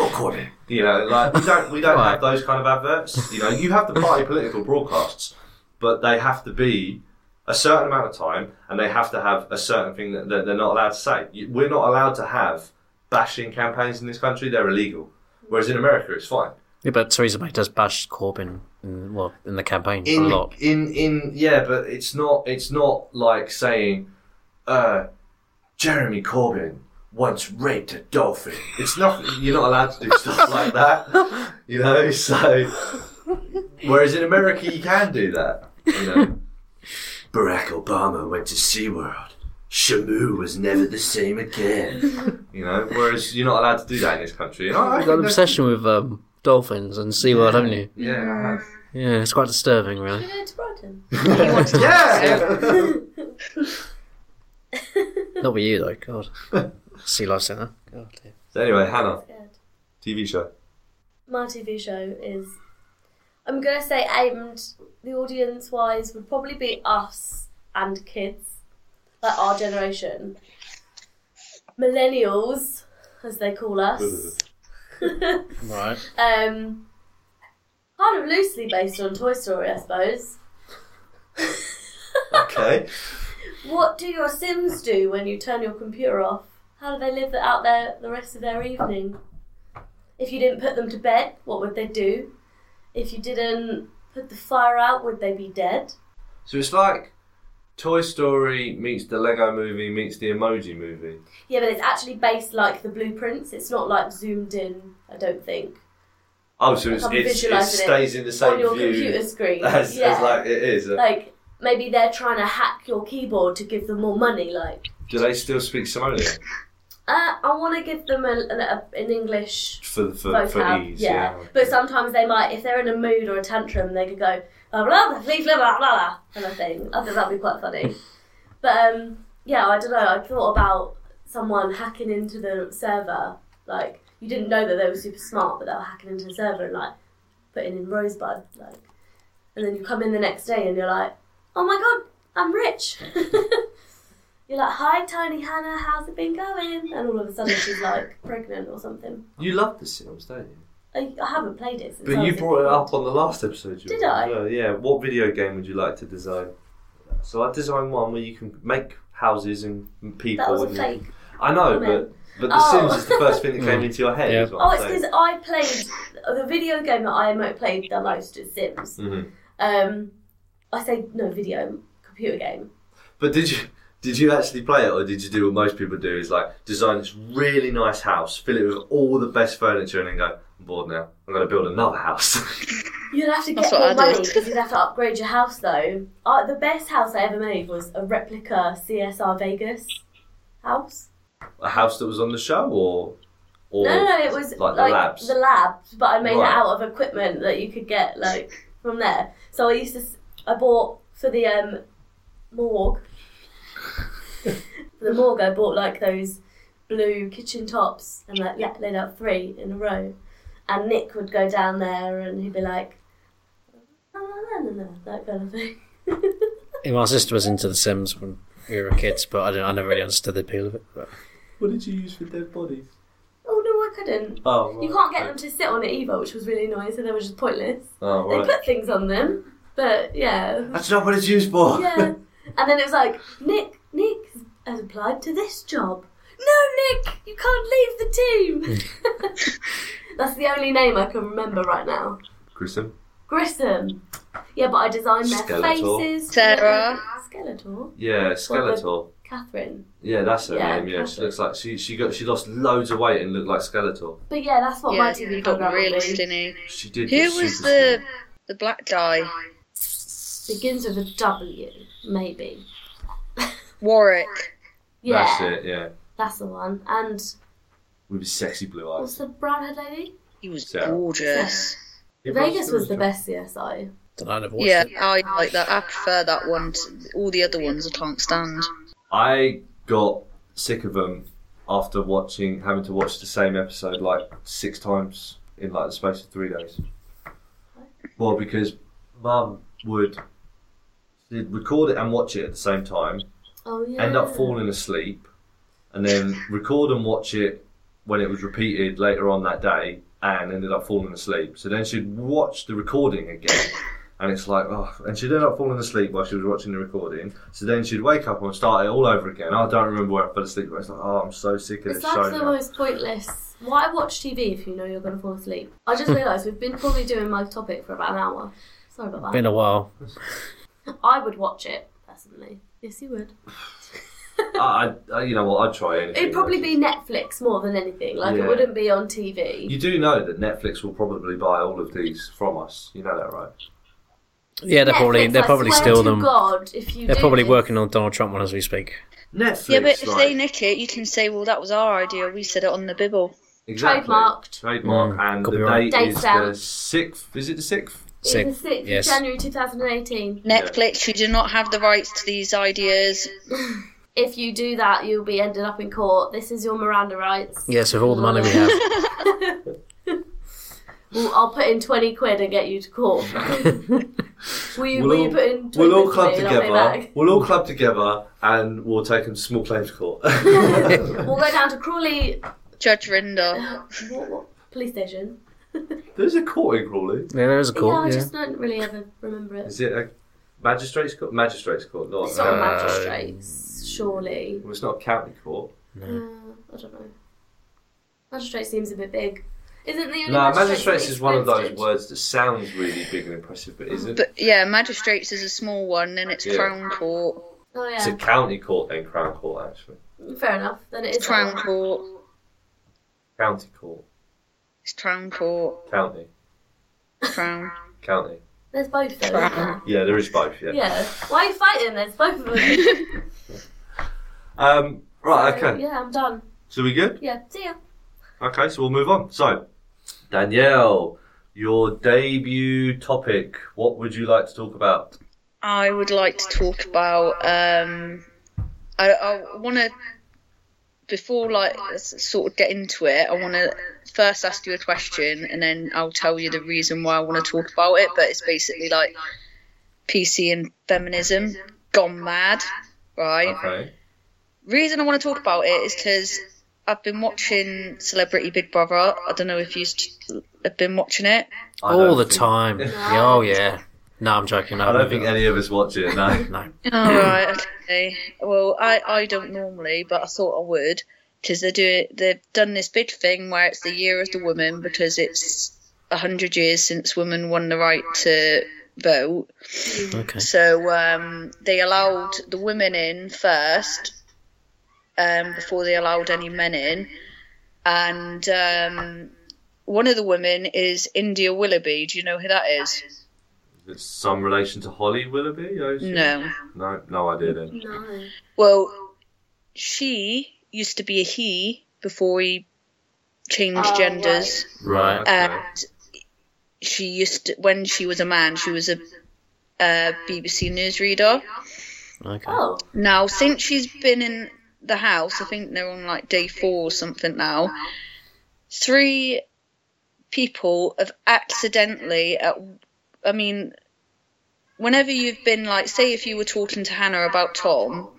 vote Corbyn. You know, like we don't we don't Right. have those kind of adverts. You know, you have the party political broadcasts, but they have to be a certain amount of time, and they have to have a certain thing that, that they're not allowed to say. You- We're not allowed to have bashing campaigns in this country; they're illegal. Whereas in America, it's fine. Yeah, but Theresa May does bash Corbyn in, well, in the campaign a in lot. in in yeah, but it's not it's not like saying uh, Jeremy Corbyn once raped a dolphin. it's not you're not allowed to do stuff like that. You know, so whereas in America, you can do that. You know. Barack Obama went to SeaWorld. Shamu was never the same again. you know. Whereas you're not allowed to do that in this country. And I- I You've think got an that's- obsession with um, dolphins and SeaWorld, haven't you? Yeah, Yeah, it's quite disturbing, really. You go to Brighton. yeah. Not with you, though, God. sea Life Centre. God, dear. so anyway, Hannah, Good. TV show. My TV show is, I'm going to say aimed, the audience wise, would probably be us and kids, like our generation. Millennials, as they call us. Right. um, kind of loosely based on Toy Story, I suppose. Okay. What do your Sims do when you turn your computer off? How do they live out their the rest of their evening? If you didn't put them to bed, what would they do? If you didn't put the fire out, would they be dead? So it's like Toy Story meets the Lego Movie meets the Emoji Movie. Yeah, but it's actually based like the blueprints. It's not like zoomed in. I don't think. Oh, so it's, I'm it's, it visualising it stays in the same on your view computer screen. as, yeah, as like it is. Uh, like maybe they're trying to hack your keyboard to give them more money. Like, Do they still speak Somalian uh, I want to give them a, a, an English for for, for vocab, ease? yeah. But sometimes they might, if they're in a mood or a tantrum, they could go blah blah blah blah blah blah, blah kind of thing. I think that'd be quite funny. but um, yeah, I don't know. I thought about someone hacking into the server. Like you didn't know that they were super smart, but they were hacking into the server and like putting in Rosebud. Like, and then you come in the next day and you're like, oh my god, I'm rich. You're like, hi, Tiny Hannah, how's it been going? And all of a sudden she's like pregnant or something. you love The Sims, don't you? I, I haven't played it. Since I But you was a brought it kid. up on the last episode. You Did were on, I? Yeah, yeah. What video game would you like to design? So I designed one where you can make houses and people. That was a and fake. I know, comment. but but The Oh. Sims is the first thing that came into your head. Yeah. is what Oh, I'm it's saying. because I played the video game that I mo- played the most is Sims. Mhm. Um, I say no video computer game. But did you did you actually play it, or did you do what most people do? Is like design this really nice house, fill it with all the best furniture, and then go. I'm bored now. I'm going to build another house. You'd have to get That's what more I money did. because you'd have to upgrade your house though. Uh, the best house I ever made was a replica CSR Vegas house. a house that was on the show, or or no, no, no, it was like like, the labs. the labs, but I made Right. it out of equipment that you could get like from there. So I used to, s- I bought for the um, morgue. for the morgue, I bought like those blue kitchen tops and like la- laid out three in a row, and Nick would go down there and he'd be like, "Na, na, na, na, na," that kind of thing. Yeah, my sister was into The Sims when we were kids, but I, didn't, I never really understood the appeal of it. But What did you use for dead bodies? Oh no, I couldn't. Oh, You can't get them to sit on it either, which was really annoying. So they were just pointless. Oh, They right. put things on them, but yeah. That's not what it's used for. yeah. And then it was like, Nick, Nick has applied to this job. No, Nick, you can't leave the team. Hmm. That's the only name I can remember right now. Grissom. Grissom. Yeah, but I designed their Skeletor. faces. Sarah. Skeletor. Yeah, Skeletor. Catherine. Yeah, that's her Yeah, name. Yeah, she Catherine. looks like she she got she lost loads of weight and looked like Skeletor. But yeah, that's what my Yeah, he TV got program really would be. skinny. She did. Who get was super the skinny. the black guy? Begins with a W, maybe. Warwick. Yeah, That's it. Yeah, that's the one. And with his sexy blue what's eyes. the brown-haired lady? He was Sarah. gorgeous. Vegas was the best CSI. Don't know, I never watched Yeah, it. I like that. I prefer that one. To, all the other ones I can't stand. I got sick of them after watching having to watch the same episode like six times in like the space of three days. Well, because Mum would she'd record it and watch it at the same time, Oh yeah. end up falling asleep, and then record and watch it when it was repeated later on that day, and ended up falling asleep. So then she'd watch the recording again. And it's like, oh, and she'd end up falling asleep while she was watching the recording. So then she'd wake up and start it all over again. I don't remember where I fell asleep, but it's like, oh, I'm so sick of this It's like show the now. most pointless. Why watch TV if you know you're going to fall asleep? I just realised we've been probably doing my topic for about an hour. Sorry about Been that. a while. I would watch it personally. Yes, you would. I, I, you know what? I'd try anything. It'd probably be Netflix more than anything. Like Yeah. it wouldn't be on TV. You do know that Netflix will probably buy all of these from us. You know that, right? Yeah, they're probably Netflix, they're I probably swear still to them. God, if you They're do probably this- working on Donald Trump one as we speak. Netflix. Yeah, but if like, they nick it, you can say, "Well, that was our idea. We said it on the bibble." exactly. Trademarked. Trademark, Mm, and the copyright. date Date is stamp. the sixth. Is it the sixth? It's Sick. the sixth of Yes. January 2018. Netflix, you do not have the rights to these ideas. If you do that, you'll be ended up in court. This is your Miranda rights. Yes, with all the money we have. Well, I'll put in 20 quid and get you to court. will you, will you all- put in 20 we'll all quid club for me and I'll pay together. We'll all club together, and we'll take them to small claims court. back? We'll go down to Crawley Judge Rinder. what, what, police station. There's a court in Crawley. Yeah, there is a yeah, I court. Yeah, just don't really ever remember it. Is it a magistrates court? Magistrates court. No, It's not uh, a magistrates, surely. well, it's not a county court. Uh, I don't know. Magistrate seems a bit big. Isn't the only No, magistrate magistrates that is one of those existed? words that sounds really big and impressive, but isn't. But yeah, magistrates is a small one, and it's Yeah. Crown Court. Oh yeah, It's a county court then Crown Court actually. fair enough. Then it is Crown Court. County court. It's Crown Court. County. Crown. County. There's both though. isn't there? Yeah, there is both, yeah. Yeah. Why are you fighting? There's both of them. Um right, okay. Yeah, I'm done. So we good? Yeah. See ya. Okay, so we'll move on. So Danielle, your debut topic, what would you like to talk about? I would like to talk about. Um, I, I want to, before like s- sort of get into it, I want to first ask you a question, and then I'll tell you the reason why I want to talk about it. But it's basically like PC and feminism gone mad, right? Okay. Reason I want to talk about it is because I've been watching Celebrity Big Brother. I don't know if you have been watching it. I all don't the think- time. Yeah, oh yeah. No, I'm joking. No, I don't think any of us watch it, no. No. All Oh, right, okay. Well, I, I don't normally, but I thought I would because they do it. They've done this big thing where it's the year of the woman because it's a hundred years since women won the right to vote. Okay. So um, they allowed the women in first um, before they allowed any men in, and um, one of the women is India Willoughby. Do you know who that is? It's some relation to Holly Willoughby, I assume? No. No, no idea then. No. Well, she used to be a he before he changed Oh, genders, Right. Okay. and she used to, when she was a man, she was a, a BBC newsreader. Okay. Oh. Now, since she's been in the house, I think they're on like day four or something now. Three people have accidentally, at, I mean, whenever you've been like, say, if you were talking to Hannah about Tom,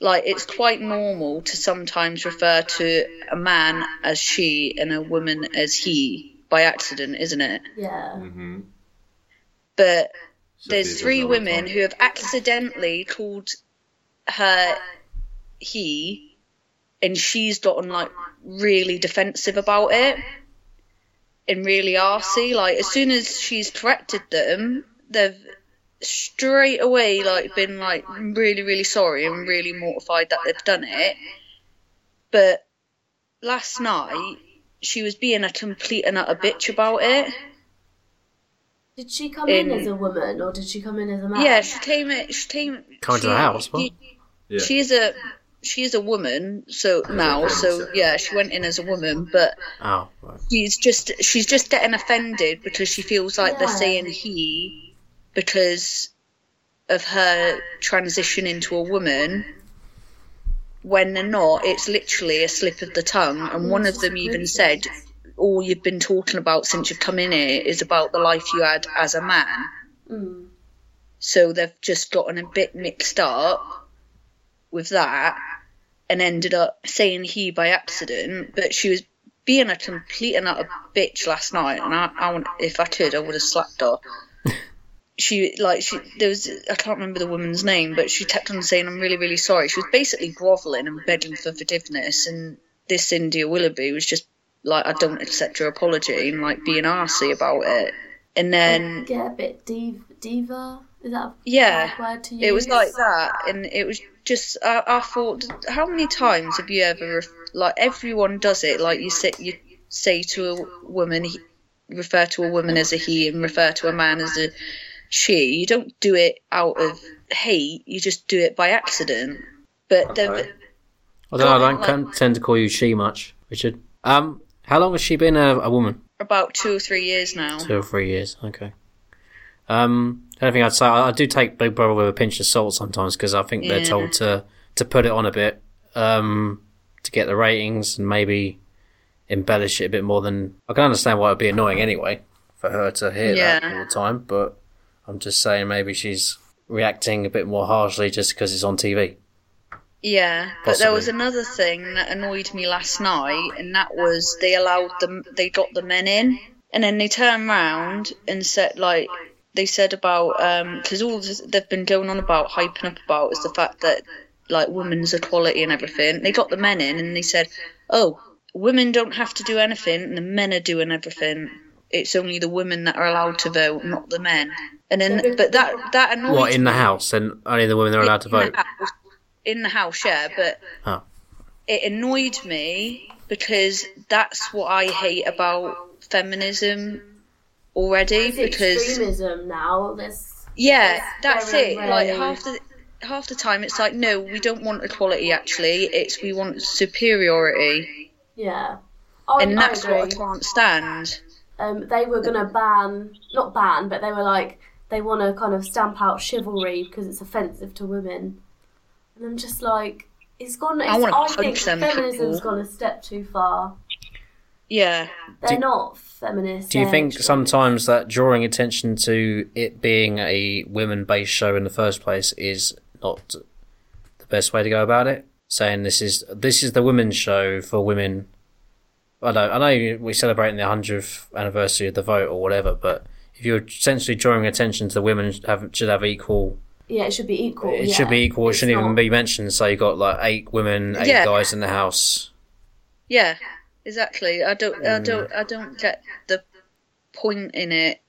like it's quite normal to sometimes refer to a man as she and a woman as he by accident, isn't it? Yeah. Mm-hmm. But there's three women who have accidentally called her he, and she's gotten like really defensive about it. and really arsy. Like as soon as she's corrected them, they've straight away like been like really really sorry and really mortified that they've done it. But last night she was being a complete and utter bitch about it. Did she come in, In- as a woman or did she come in as a man? Yeah, she came. in- She came. Come into the she- house, what? Yeah. She is a she is a woman. So now, so yeah, she went in as a woman, but Oh, right. she's just she's just getting offended because she feels like they're Yeah. saying he because of her transition into a woman when they're not it's literally a slip of the tongue and one of them even said all you've been talking about since you've come in here is about the life you had as a man Mm. so they've just gotten a bit mixed up with that and ended up saying he by accident. But she was being a complete and utter bitch last night, and I, I want, if I could, I would have slapped her. She like she there was I can't remember the woman's name, but she kept on saying I'm really really sorry. She was basically groveling and begging for forgiveness, and this India Willoughby was just like I don't accept your apology and like being arsy about it. And then Get a bit div- diva. Is that a Yeah, bad word to use? it was like that and it was just I, I thought how many times have you ever ref- like everyone does it like you say you say to a woman he, refer to a woman as a he and refer to a man as a she you don't do it out of hate you just do it by accident but Okay. the I don't know. I don't con- tend to call you she much, Richard. Um, how long has she been a, a woman? about two or three years now Two or three years. Okay. Um, the only thing I'd say, I, I do take Big Brother with a pinch of salt sometimes because I think they're Yeah. told to to put it on a bit, um, to get the ratings and maybe embellish it a bit more than I can understand why it'd be annoying anyway for her to hear that Yeah. all the time. But I'm just saying maybe she's reacting a bit more harshly just because it's on TV. Yeah, but there was Possibly. another thing that annoyed me last night, and that was they allowed them, they got the men in, and then they turned round and said like they said about um because all this, they've been going on about hyping up about is the fact that like women's equality and everything. They got the men in, and they said, oh, women don't have to do anything, and the men are doing everything. It's only the women that are allowed to vote, not the men. And then, but that that annoyed What in the me house? And only the women are allowed to Oh, in the vote. house- in the house, yeah, but Oh. it annoyed me because that's what I hate about feminism already. It's Because extremism now. There's yeah, That's that's very it. Like rare. half the half the time, it's like no, we don't want equality. Actually, it's we want superiority, yeah. I, and I that's agree. what I can't stand. um, they were going to ban, not ban, but they were like, they want to kind of stamp out chivalry because it's offensive to women. And I'm just like, it's gone. It's, I, wanna think punch them feminism's people. gone a step too far. Yeah, They're not feminists. Do you they're think extremists. sometimes that drawing attention to it being a women based show in the first place is not the best way to go about it? Saying this is this is the women's show for women. I know I know we're celebrating the hundredth anniversary of the vote or whatever, but if you're essentially drawing attention to the women have, should have equal, Yeah, it should be equal. it yeah. should be equal. It It's shouldn't even not- be mentioned. So you got like eight women, eight Yeah. guys in the house. yeah, exactly. I don't, I don't, I don't get the point in it.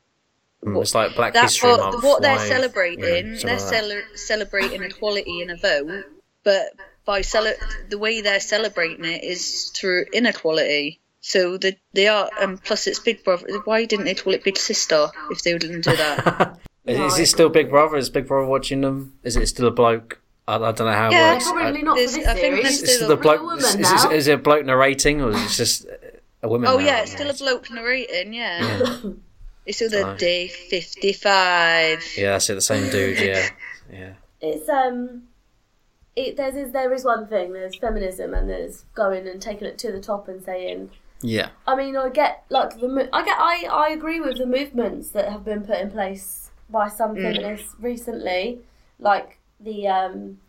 Mm, It's like Black that History what, Month. what they're why- celebrating, yeah, something they're like that. cele- celebrating equality in a vote, but by cele- the way they're celebrating it is through inequality. So the, they are, and plus it's Big Brother. Why didn't they call it Big Sister if they didn't do that? Is, No, is I it still Big Brother? Is Big Brother watching them? Is it still a bloke? I, I don't know how it Yeah, They're works. probably I- not for There's- this I think series. there's is still the a bloke? woman Is, is, now. is it a bloke narrating, or is it just a woman? oh now? yeah, it's still a bloke narrating. Yeah, it's still the day fifty-five. Yeah, that's it. The same dude. Yeah, yeah. it's um it there's is there is one thing there's feminism and there's going and taking it to the top and saying Yeah, i mean i get like the mo- i get i i agree with the movements that have been put in place by some Mm. feminists recently like the um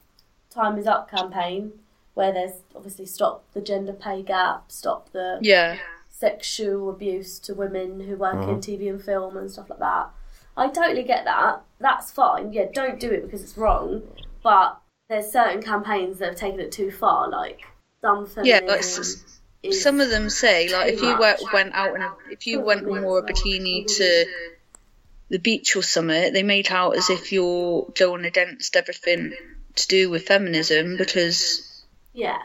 time is up campaign where there's obviously stop the gender pay gap stop the Yeah, sexual abuse to women who work Uh-huh. in TV and film and stuff like that. I totally get that. That's fine. Yeah, don't do it because it's wrong. But there's certain campaigns that have taken it too far, like some yeah. feminism. Like, s- is Some of them say like if too you went, much. went out and if you went and wore a bikini to the beach or summit, they made out as if you're going against everything to do with feminism because yeah.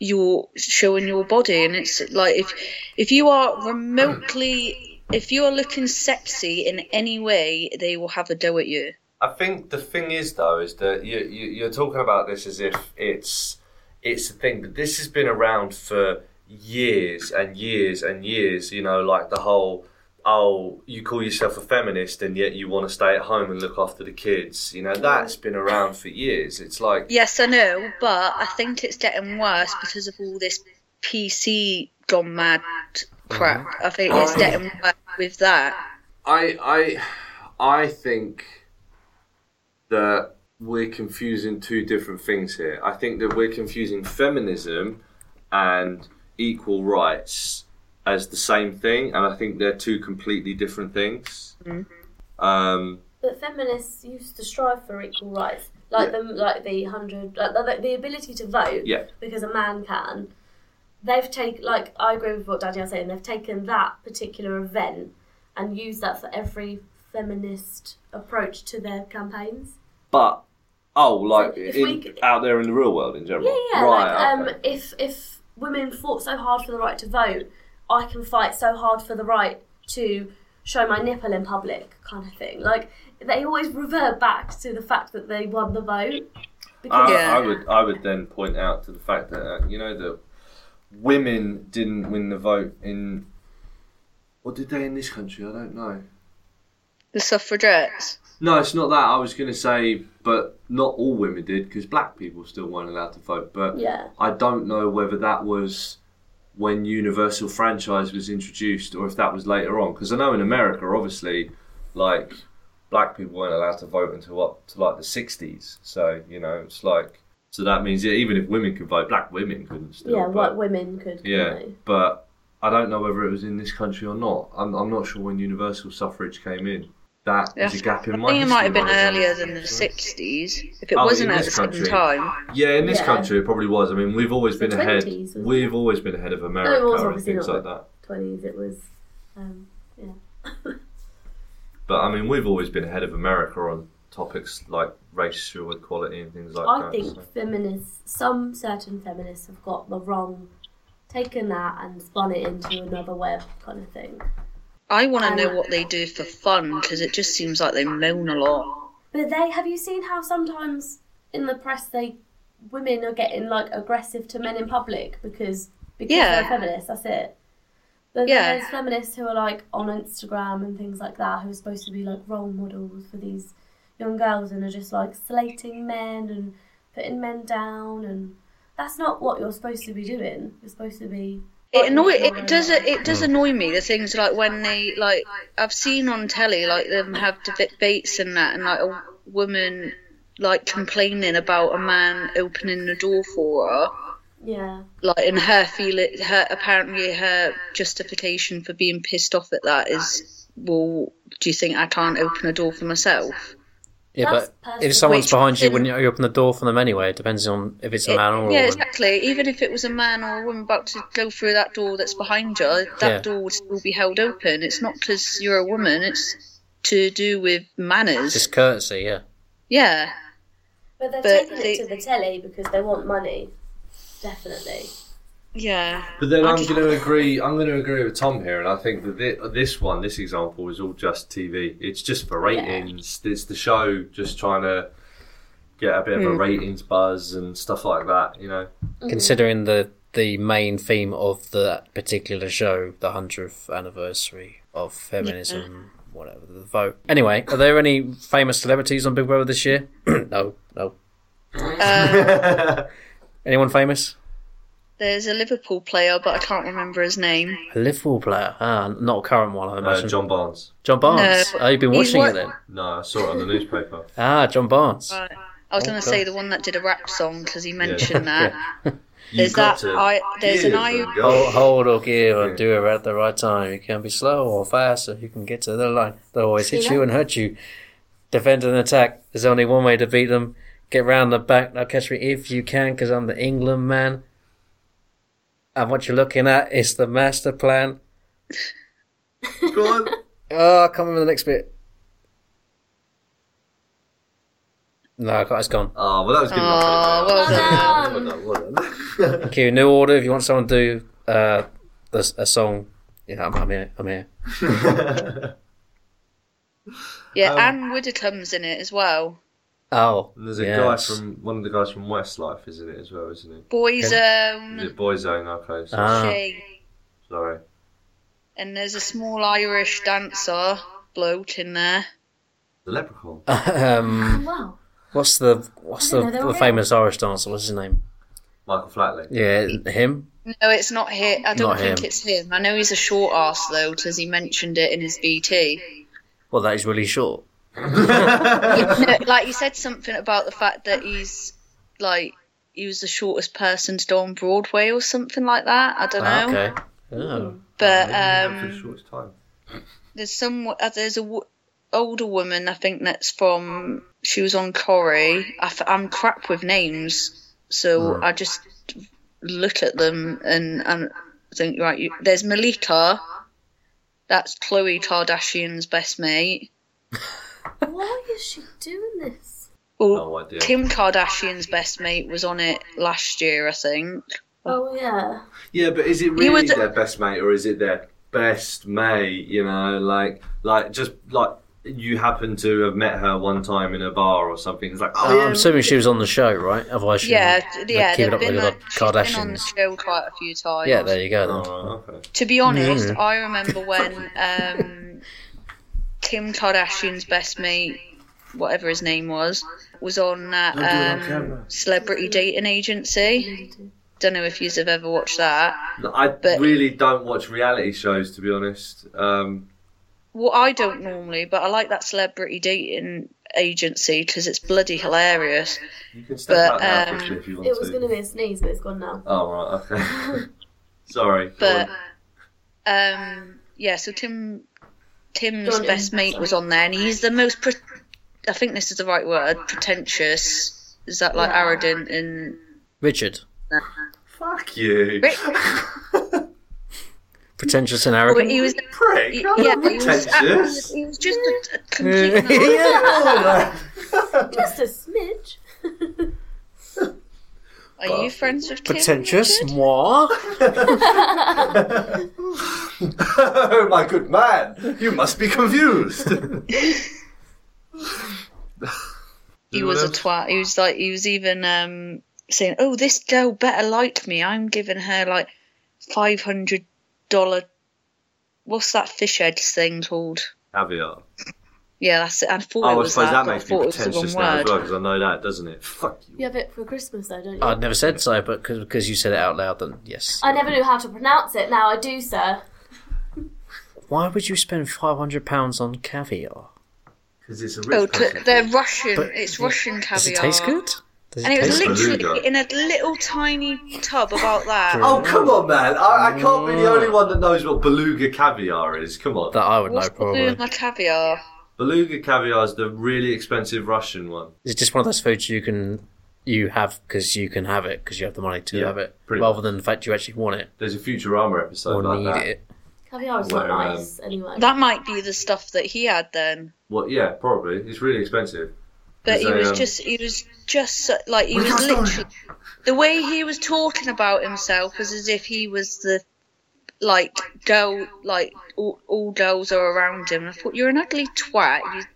you're showing your body and it's like if if you are remotely if you are looking sexy in any way they will have a go at you I think the thing is though is that you, you you're talking about this as if it's it's a thing, but this has been around for years and years and years. You know, like the whole oh you call yourself a feminist and yet you want to stay at home and look after the kids. You know, that's been around for years. It's like yes i know but i think it's getting worse because of all this pc gone mad crap Mm-hmm. i think it's Oh, getting worse with that I I I think that we're confusing two different things here. I think that we're confusing feminism and equal rights as the same thing, and I think they're two completely different things. Mm-hmm. Um, But feminists used to strive for equal rights, like them, like the hundred, like the, the ability to vote, Yeah. because a man can. They've taken, like I agree with what Danielle's saying. They've taken that particular event and used that for every feminist approach to their campaigns. but oh, like So if in, we- out there in the real world in general, Yeah, yeah. right? like, okay. um, if if women fought so hard for the right to vote, I can fight so hard for the right to show my nipple in public, kind of thing. Like they always revert back to the fact that they won the vote. I, Because Yeah. I would I would then point out to the fact that uh, you know that women didn't win the vote in or did they in this country? I don't know. the suffragettes No, it's not that. I was going to say, but not all women did because black people still weren't allowed to vote. But Yeah. I don't know whether that was when universal franchise was introduced or if that was later on. Because I know in America, obviously, like black people weren't allowed to vote until up to like the sixties. So you know, it's like so that means yeah, even if women could vote, black women couldn't still. yeah, but, white women could. you yeah, know. but I don't know whether it was in this country or not. I'm, I'm not sure when universal suffrage came in. That is Yeah. a gap in i my. think it might history have been knowledge. earlier than the 60s if it Oh, in wasn't at this the same country. time Yeah, in this Yeah. country it probably was. I mean, we've always The been ahead. 20s, wasn't We've always been ahead of America was and obviously things not. like that. Twenties, it was. Um, But I mean, we've always been ahead of America on topics like racial equality and things like I that. think so. feminists, some certain feminists, have got the wrong, taken that and spun it into another web kind of thing. I want to know what they do for fun because it just seems like they moan a lot. But they have you seen how sometimes in the press they women are getting like aggressive to men in public because because Yeah. they're feminists. That's it. But Yeah. there's feminists who are like on Instagram and things like that who are supposed to be like role models for these young girls and are just like slating men and putting men down and that's not what you're supposed to be doing. You're supposed to be. It annoy it does it does annoy me the things like when they like I've seen on telly like them have debates and that and like a woman like complaining about a man opening the door for her Yeah. like and her feel it her apparently her justification for being pissed off at that is well do you think I can't open a door for myself Yeah, That's but personal. if someone's Which behind you, can- wouldn't you open the door for them anyway? Depends on if it's a man or a yeah, woman. exactly. Even if it was a man or a woman about to go through that door that's behind you, that Yeah. door would still be held open. It's not because you're a woman, it's to do with manners. Just courtesy, yeah. yeah. But they're But taking they- it to the telly because they want money. Definitely. Yeah. But then I'm going to agree. I'm going to agree with Tom here, and I think that thi- this one, this example, is all just TV. It's just for ratings. It's the show just trying to get a bit Hmm. of a ratings buzz and stuff like that. You know. Considering the the main theme of that particular show, the hundredth anniversary of feminism, whatever the vote. Anyway, are there any famous celebrities on Big Brother this year? no, no. Uh. Anyone famous? There's a Liverpool player, but I can't remember his name. A Liverpool player? Ah, not a current one, I Uh, imagine. John Barnes. John Barnes. No. oh, you've been He's watching wa- it then? No, I saw it on the newspaper. Ah, John Barnes. Right. I was going to Okay. say the one that did a rap song because he mentioned that. You've There's got that. to I, there's an give I. and go. Hold, hold or give and do it at the right time. You can be slow or fast, or you can get to the line. They'll always hit you and hurt you. Defend and attack. There's only one way to beat them. Get round the back. Now catch me if you can, because I'm the England man. And what you're looking at is the master plan. Go on. Oh, I can't remember the next bit. No, I can't- it's gone. Oh, well, that was good enough. Aw, well done. Um, well done. Thank you. New order. If you want someone to do uh, a, a song, yeah, I'm, I'm here. I'm here. Um, Yeah, Anne Widdicombe's in it as well. Oh, And there's a guy yes. from one of the guys from Westlife, isn't it, as well, isn't he? Is Boyzone, it Boyzone? Okay, so, Ah. Shay, sorry. and there's a small Irish dancer bloke in there. The Leprechaun. um, Oh, wow. what's the what's I the, don't know, they're the all famous Irish dancer? What's his name? Michael Flatley. Yeah, him. No, it's not him. I don't Not think him. it's him. I know he's a short ass though, because he mentioned it in his BT. Well, that is really short. No, like he said something about the fact that he's like he was the shortest person to go on Broadway or something like that. I don't Ah, know. okay. Hmm. Oh. But For the um, shortest time. there's some uh, there's a w- older woman I think that's from she was on Corrie. I f- I'm crap with names, so I just look at them and and think right. You, there's Malika. That's Chloe Kardashian's best mate. Why is she doing this? Well, Oh, No idea. Kim Kardashian's best mate was on it last year, I think. Oh yeah. Yeah, but is it really would- their best mate or is it their best mate? You know, like, like just like you happen to have met her one time in a bar or something. It's like, oh, yeah, I'm assuming she was on the show, right? Otherwise, she Yeah, would d- yeah, keep it they've up with been the on, she's been on Kardashians. the show quite a few times. Yeah, there you go. Then. Oh, okay. To be honest, I remember when um, Kim Kardashian's best mate, whatever his name was, was on that um, celebrity dating agency. Don't know if you've ever watched that. No, I But- really don't watch reality shows, to be honest. Um, Well, I don't normally, but I like that celebrity dating agency because it's bloody hilarious. you can step out But, now um, quickly if you want It was to. going to be a sneeze, but it's gone now. Oh, right, okay. Sorry. go But on. um, yeah, so Tim Tim's Jordan, best mate was on there, and he's the most. Pre- I think this is the right word. Pretentious. Is that like arrogant and Richard, fuck you. Rick? pretentious and But arrogant. he was. Prick. Yeah, I'm he not was, pretentious. he was just a, a complete. Just a smidge. Are you friends with Tim? pretentious, Richard? moi. oh, my good man. You must be confused. He was a Anyone else? twat. He was like. He was even um, saying, "Oh, this girl better like me. I'm giving her like five hundred dollar. What's that fish head thing called? Caviar. Yeah, that's it. I thought it Oh, I was suppose that, but I makes me thought it was the pretentious wrong now as word. Oh, well, because I know that, doesn't it? Fuck you. You have it for Christmas though, don't you? I'd never said so, but because you said it out loud, then yes. I never knew how to pronounce it. Now I do, sir. Why would you spend five hundred pounds on caviar? Because it's a Oh, rich t- person. they're Russian. But- it's Russian caviar. Does it taste good? Does And it taste was good? literally Beluga. in a little tiny tub about that. Oh, come on, man. I, I can't be the only one that knows what beluga caviar is. Come on. Mm. That I would What's know the probably. Beluga caviar? Beluga caviar is the really expensive Russian one. It's just one of those foods you can you have because you can have it because you have the money to Yeah, have it, pretty rather much. than the fact you actually want it There's a Futurama or episode like need that. it. Caviar is not Well, um, nice anyway. That might be the stuff that he had then. Well, yeah, probably. It's really expensive. But Is he that, was um, just, he was just so- like, he was literally. The way he was talking about himself was as if he was the, like, girl, like, all, all girls are around him. And I thought, you're an ugly twat. You've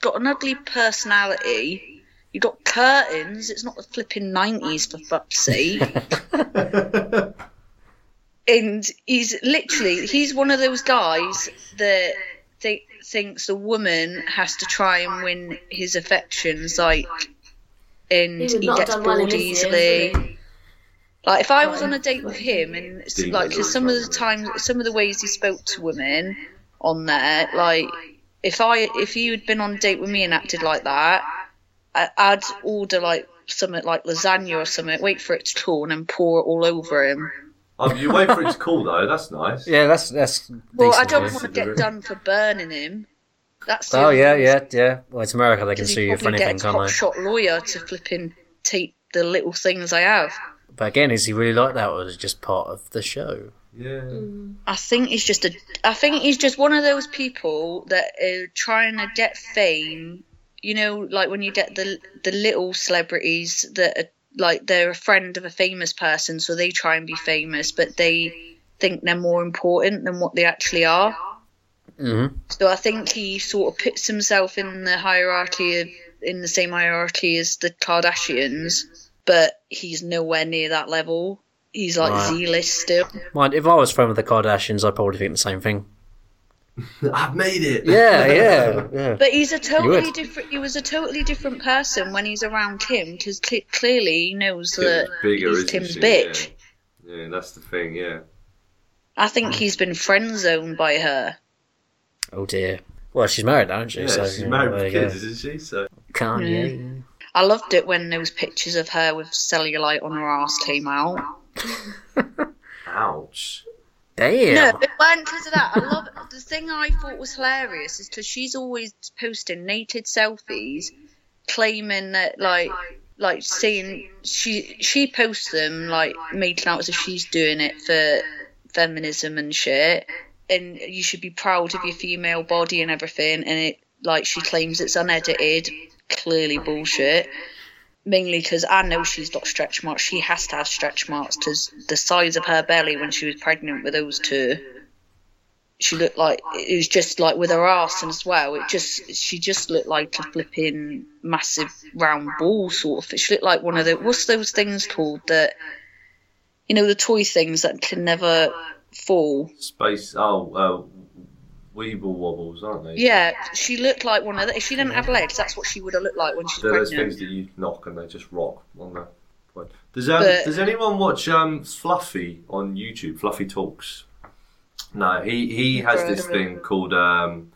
got an ugly personality. you got curtains. It's not the flipping 90s, for fuck's sake. and he's literally he's one of those guys that th- thinks a woman has to try and win his affections like and He he, would not have gets done well in bored this easily year. would he? like if i was on a date with him and it's Deep like 'cause some of the times some of the ways he spoke to women on there like if i if you had been on a date with me and acted like that I, i'd order like something like lasagna or something wait for it to cool and then pour it all over him Oh, you wait for it to cool, though. That's nice. Yeah, that's that's. Well, I decent, don't yeah. want to get done for burning him. That's the Oh only yeah, thing, yeah, yeah. Well, it's America; they can 'cause sue he you for probably anything, gets can't hot they? shot lawyer to flipping take the little things I have. But again, is he really like that, or is it just part of the show? Yeah. I think he's just a. I think he's just one of those people that are trying to get fame. You know, like when you get the the little celebrities that are like they're a friend of a famous person, so they try and be famous, but they think they're more important than what they actually are. Mm-hmm. So I think he sort of puts himself in the hierarchy of in the same hierarchy as the Kardashians, but he's nowhere near that level. He's like Right. Z list still. Mind if I was friend with the Kardashians, I'd probably think the same thing. I've made it. Yeah, yeah, yeah. But he's a totally would. different. He was a totally different person when he's around Kim because cl- clearly he knows that he's isn't Kim's she? bitch. Yeah. yeah, that's the thing, yeah. I think he's been friend zoned by her. Oh dear. Well, she's married now, isn't she? Yeah, so, she's you know, married there with you go. kids, isn't she? So Kanye. I loved it when those pictures of her with cellulite on her ass came out. ouch. Damn. No, it weren't because of that. I love the thing I thought was hilarious is because she's always posting naked selfies, claiming that like like seeing she she posts them like making out as if she's doing it for feminism and shit, and you should be proud of your female body and everything, and it like she claims it's unedited, clearly bullshit. Mainly because I know she's got stretch marks. She has to have stretch marks because the size of her belly when she was pregnant with those two, she looked like it was just like with her ass and as well. It just she just looked like a flipping massive round ball sort of. thing. She looked like one of the what's those things called that, you know, the toy things that can never fall. Space oh uh Weeble wobbles, aren't they? Yeah, she looked like one of the, if she didn't have legs, that's what she would have looked like when she They're was those things pregnant. that you knock and they just rock on the point. Does um, But- does anyone watch um Fluffy on YouTube? Fluffy talks. No, he he has this thing called um.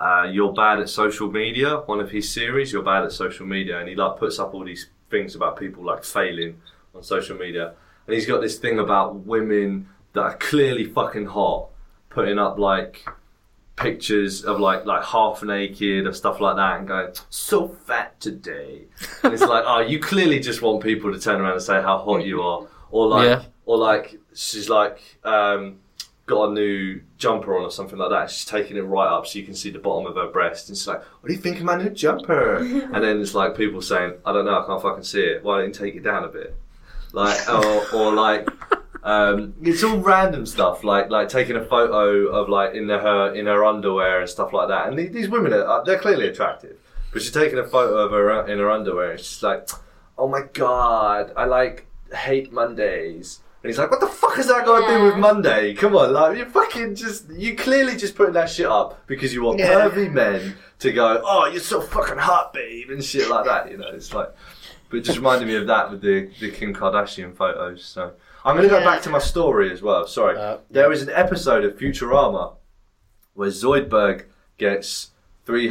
Uh, you're bad at social media. One of his series, you're bad at social media, and he like puts up all these things about people like failing on social media. And he's got this thing about women that are clearly fucking hot, putting up like pictures of like like half naked or stuff like that and going so fat today and it's like oh you clearly just want people to turn around and say how hot you are or like Yeah. or like she's like um got a new jumper on or something like that she's taking it right up so you can see the bottom of her breast and she's like what do you think of my new jumper and then it's like people saying i don't know i can't fucking see it why don't you take it down a bit like or, or like um, it's all random stuff like like taking a photo of like in her in her underwear and stuff like that and the- these women are they're clearly attractive but she's taking a photo of her in her underwear and she's like oh my god i like hate mondays and he's like what the fuck has that got to do Yeah. with monday come on like you fucking just you clearly just putting that shit up because you want Yeah. pervy men to go oh you're so fucking hot babe and shit like that you know it's like but it just reminded me of that with the, the Kim Kardashian photos. So I'm going to go Yeah. back to my story as well. Sorry. Uh, there is an episode of Futurama where Zoidberg gets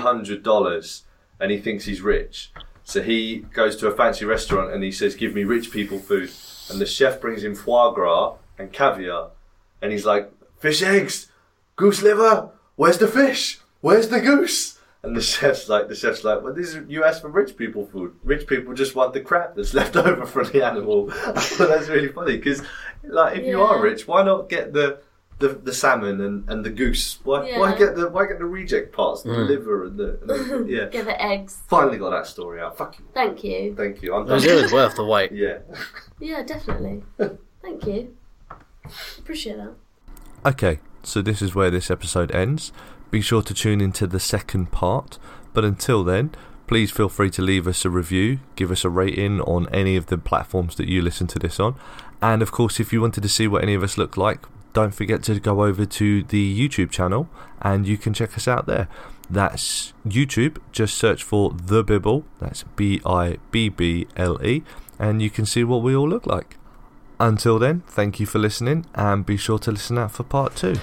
$300 and he thinks he's rich. So he goes to a fancy restaurant and he says, Give me rich people food. And the chef brings him foie gras and caviar. And he's like, Fish eggs, goose liver, where's the fish? Where's the goose? And the chef's like, the chef's like, well, this is, you asked for rich people food. Rich people just want the crap that's left over from the animal. I thought that's really funny because, like, if you Yeah. are rich, why not get the the, the salmon and, and the goose? Why, why Yeah. get the why get the reject parts, the Mm. liver and the, and the yeah? Give it eggs. Finally got that story out. Fuck you, Thank you. thank you. I'm It was done. really worth the wait. yeah. Yeah, definitely. Thank you. Appreciate that. Okay, so this is where this episode ends. Be sure to tune into the second part. But until then, please feel free to leave us a review, give us a rating on any of the platforms that you listen to this on. And of course, if you wanted to see what any of us look like, don't forget to go over to the YouTube channel and you can check us out there. That's YouTube, just search for The Bibble, that's B I B B L E, and you can see what we all look like. Until then, thank you for listening and be sure to listen out for part two.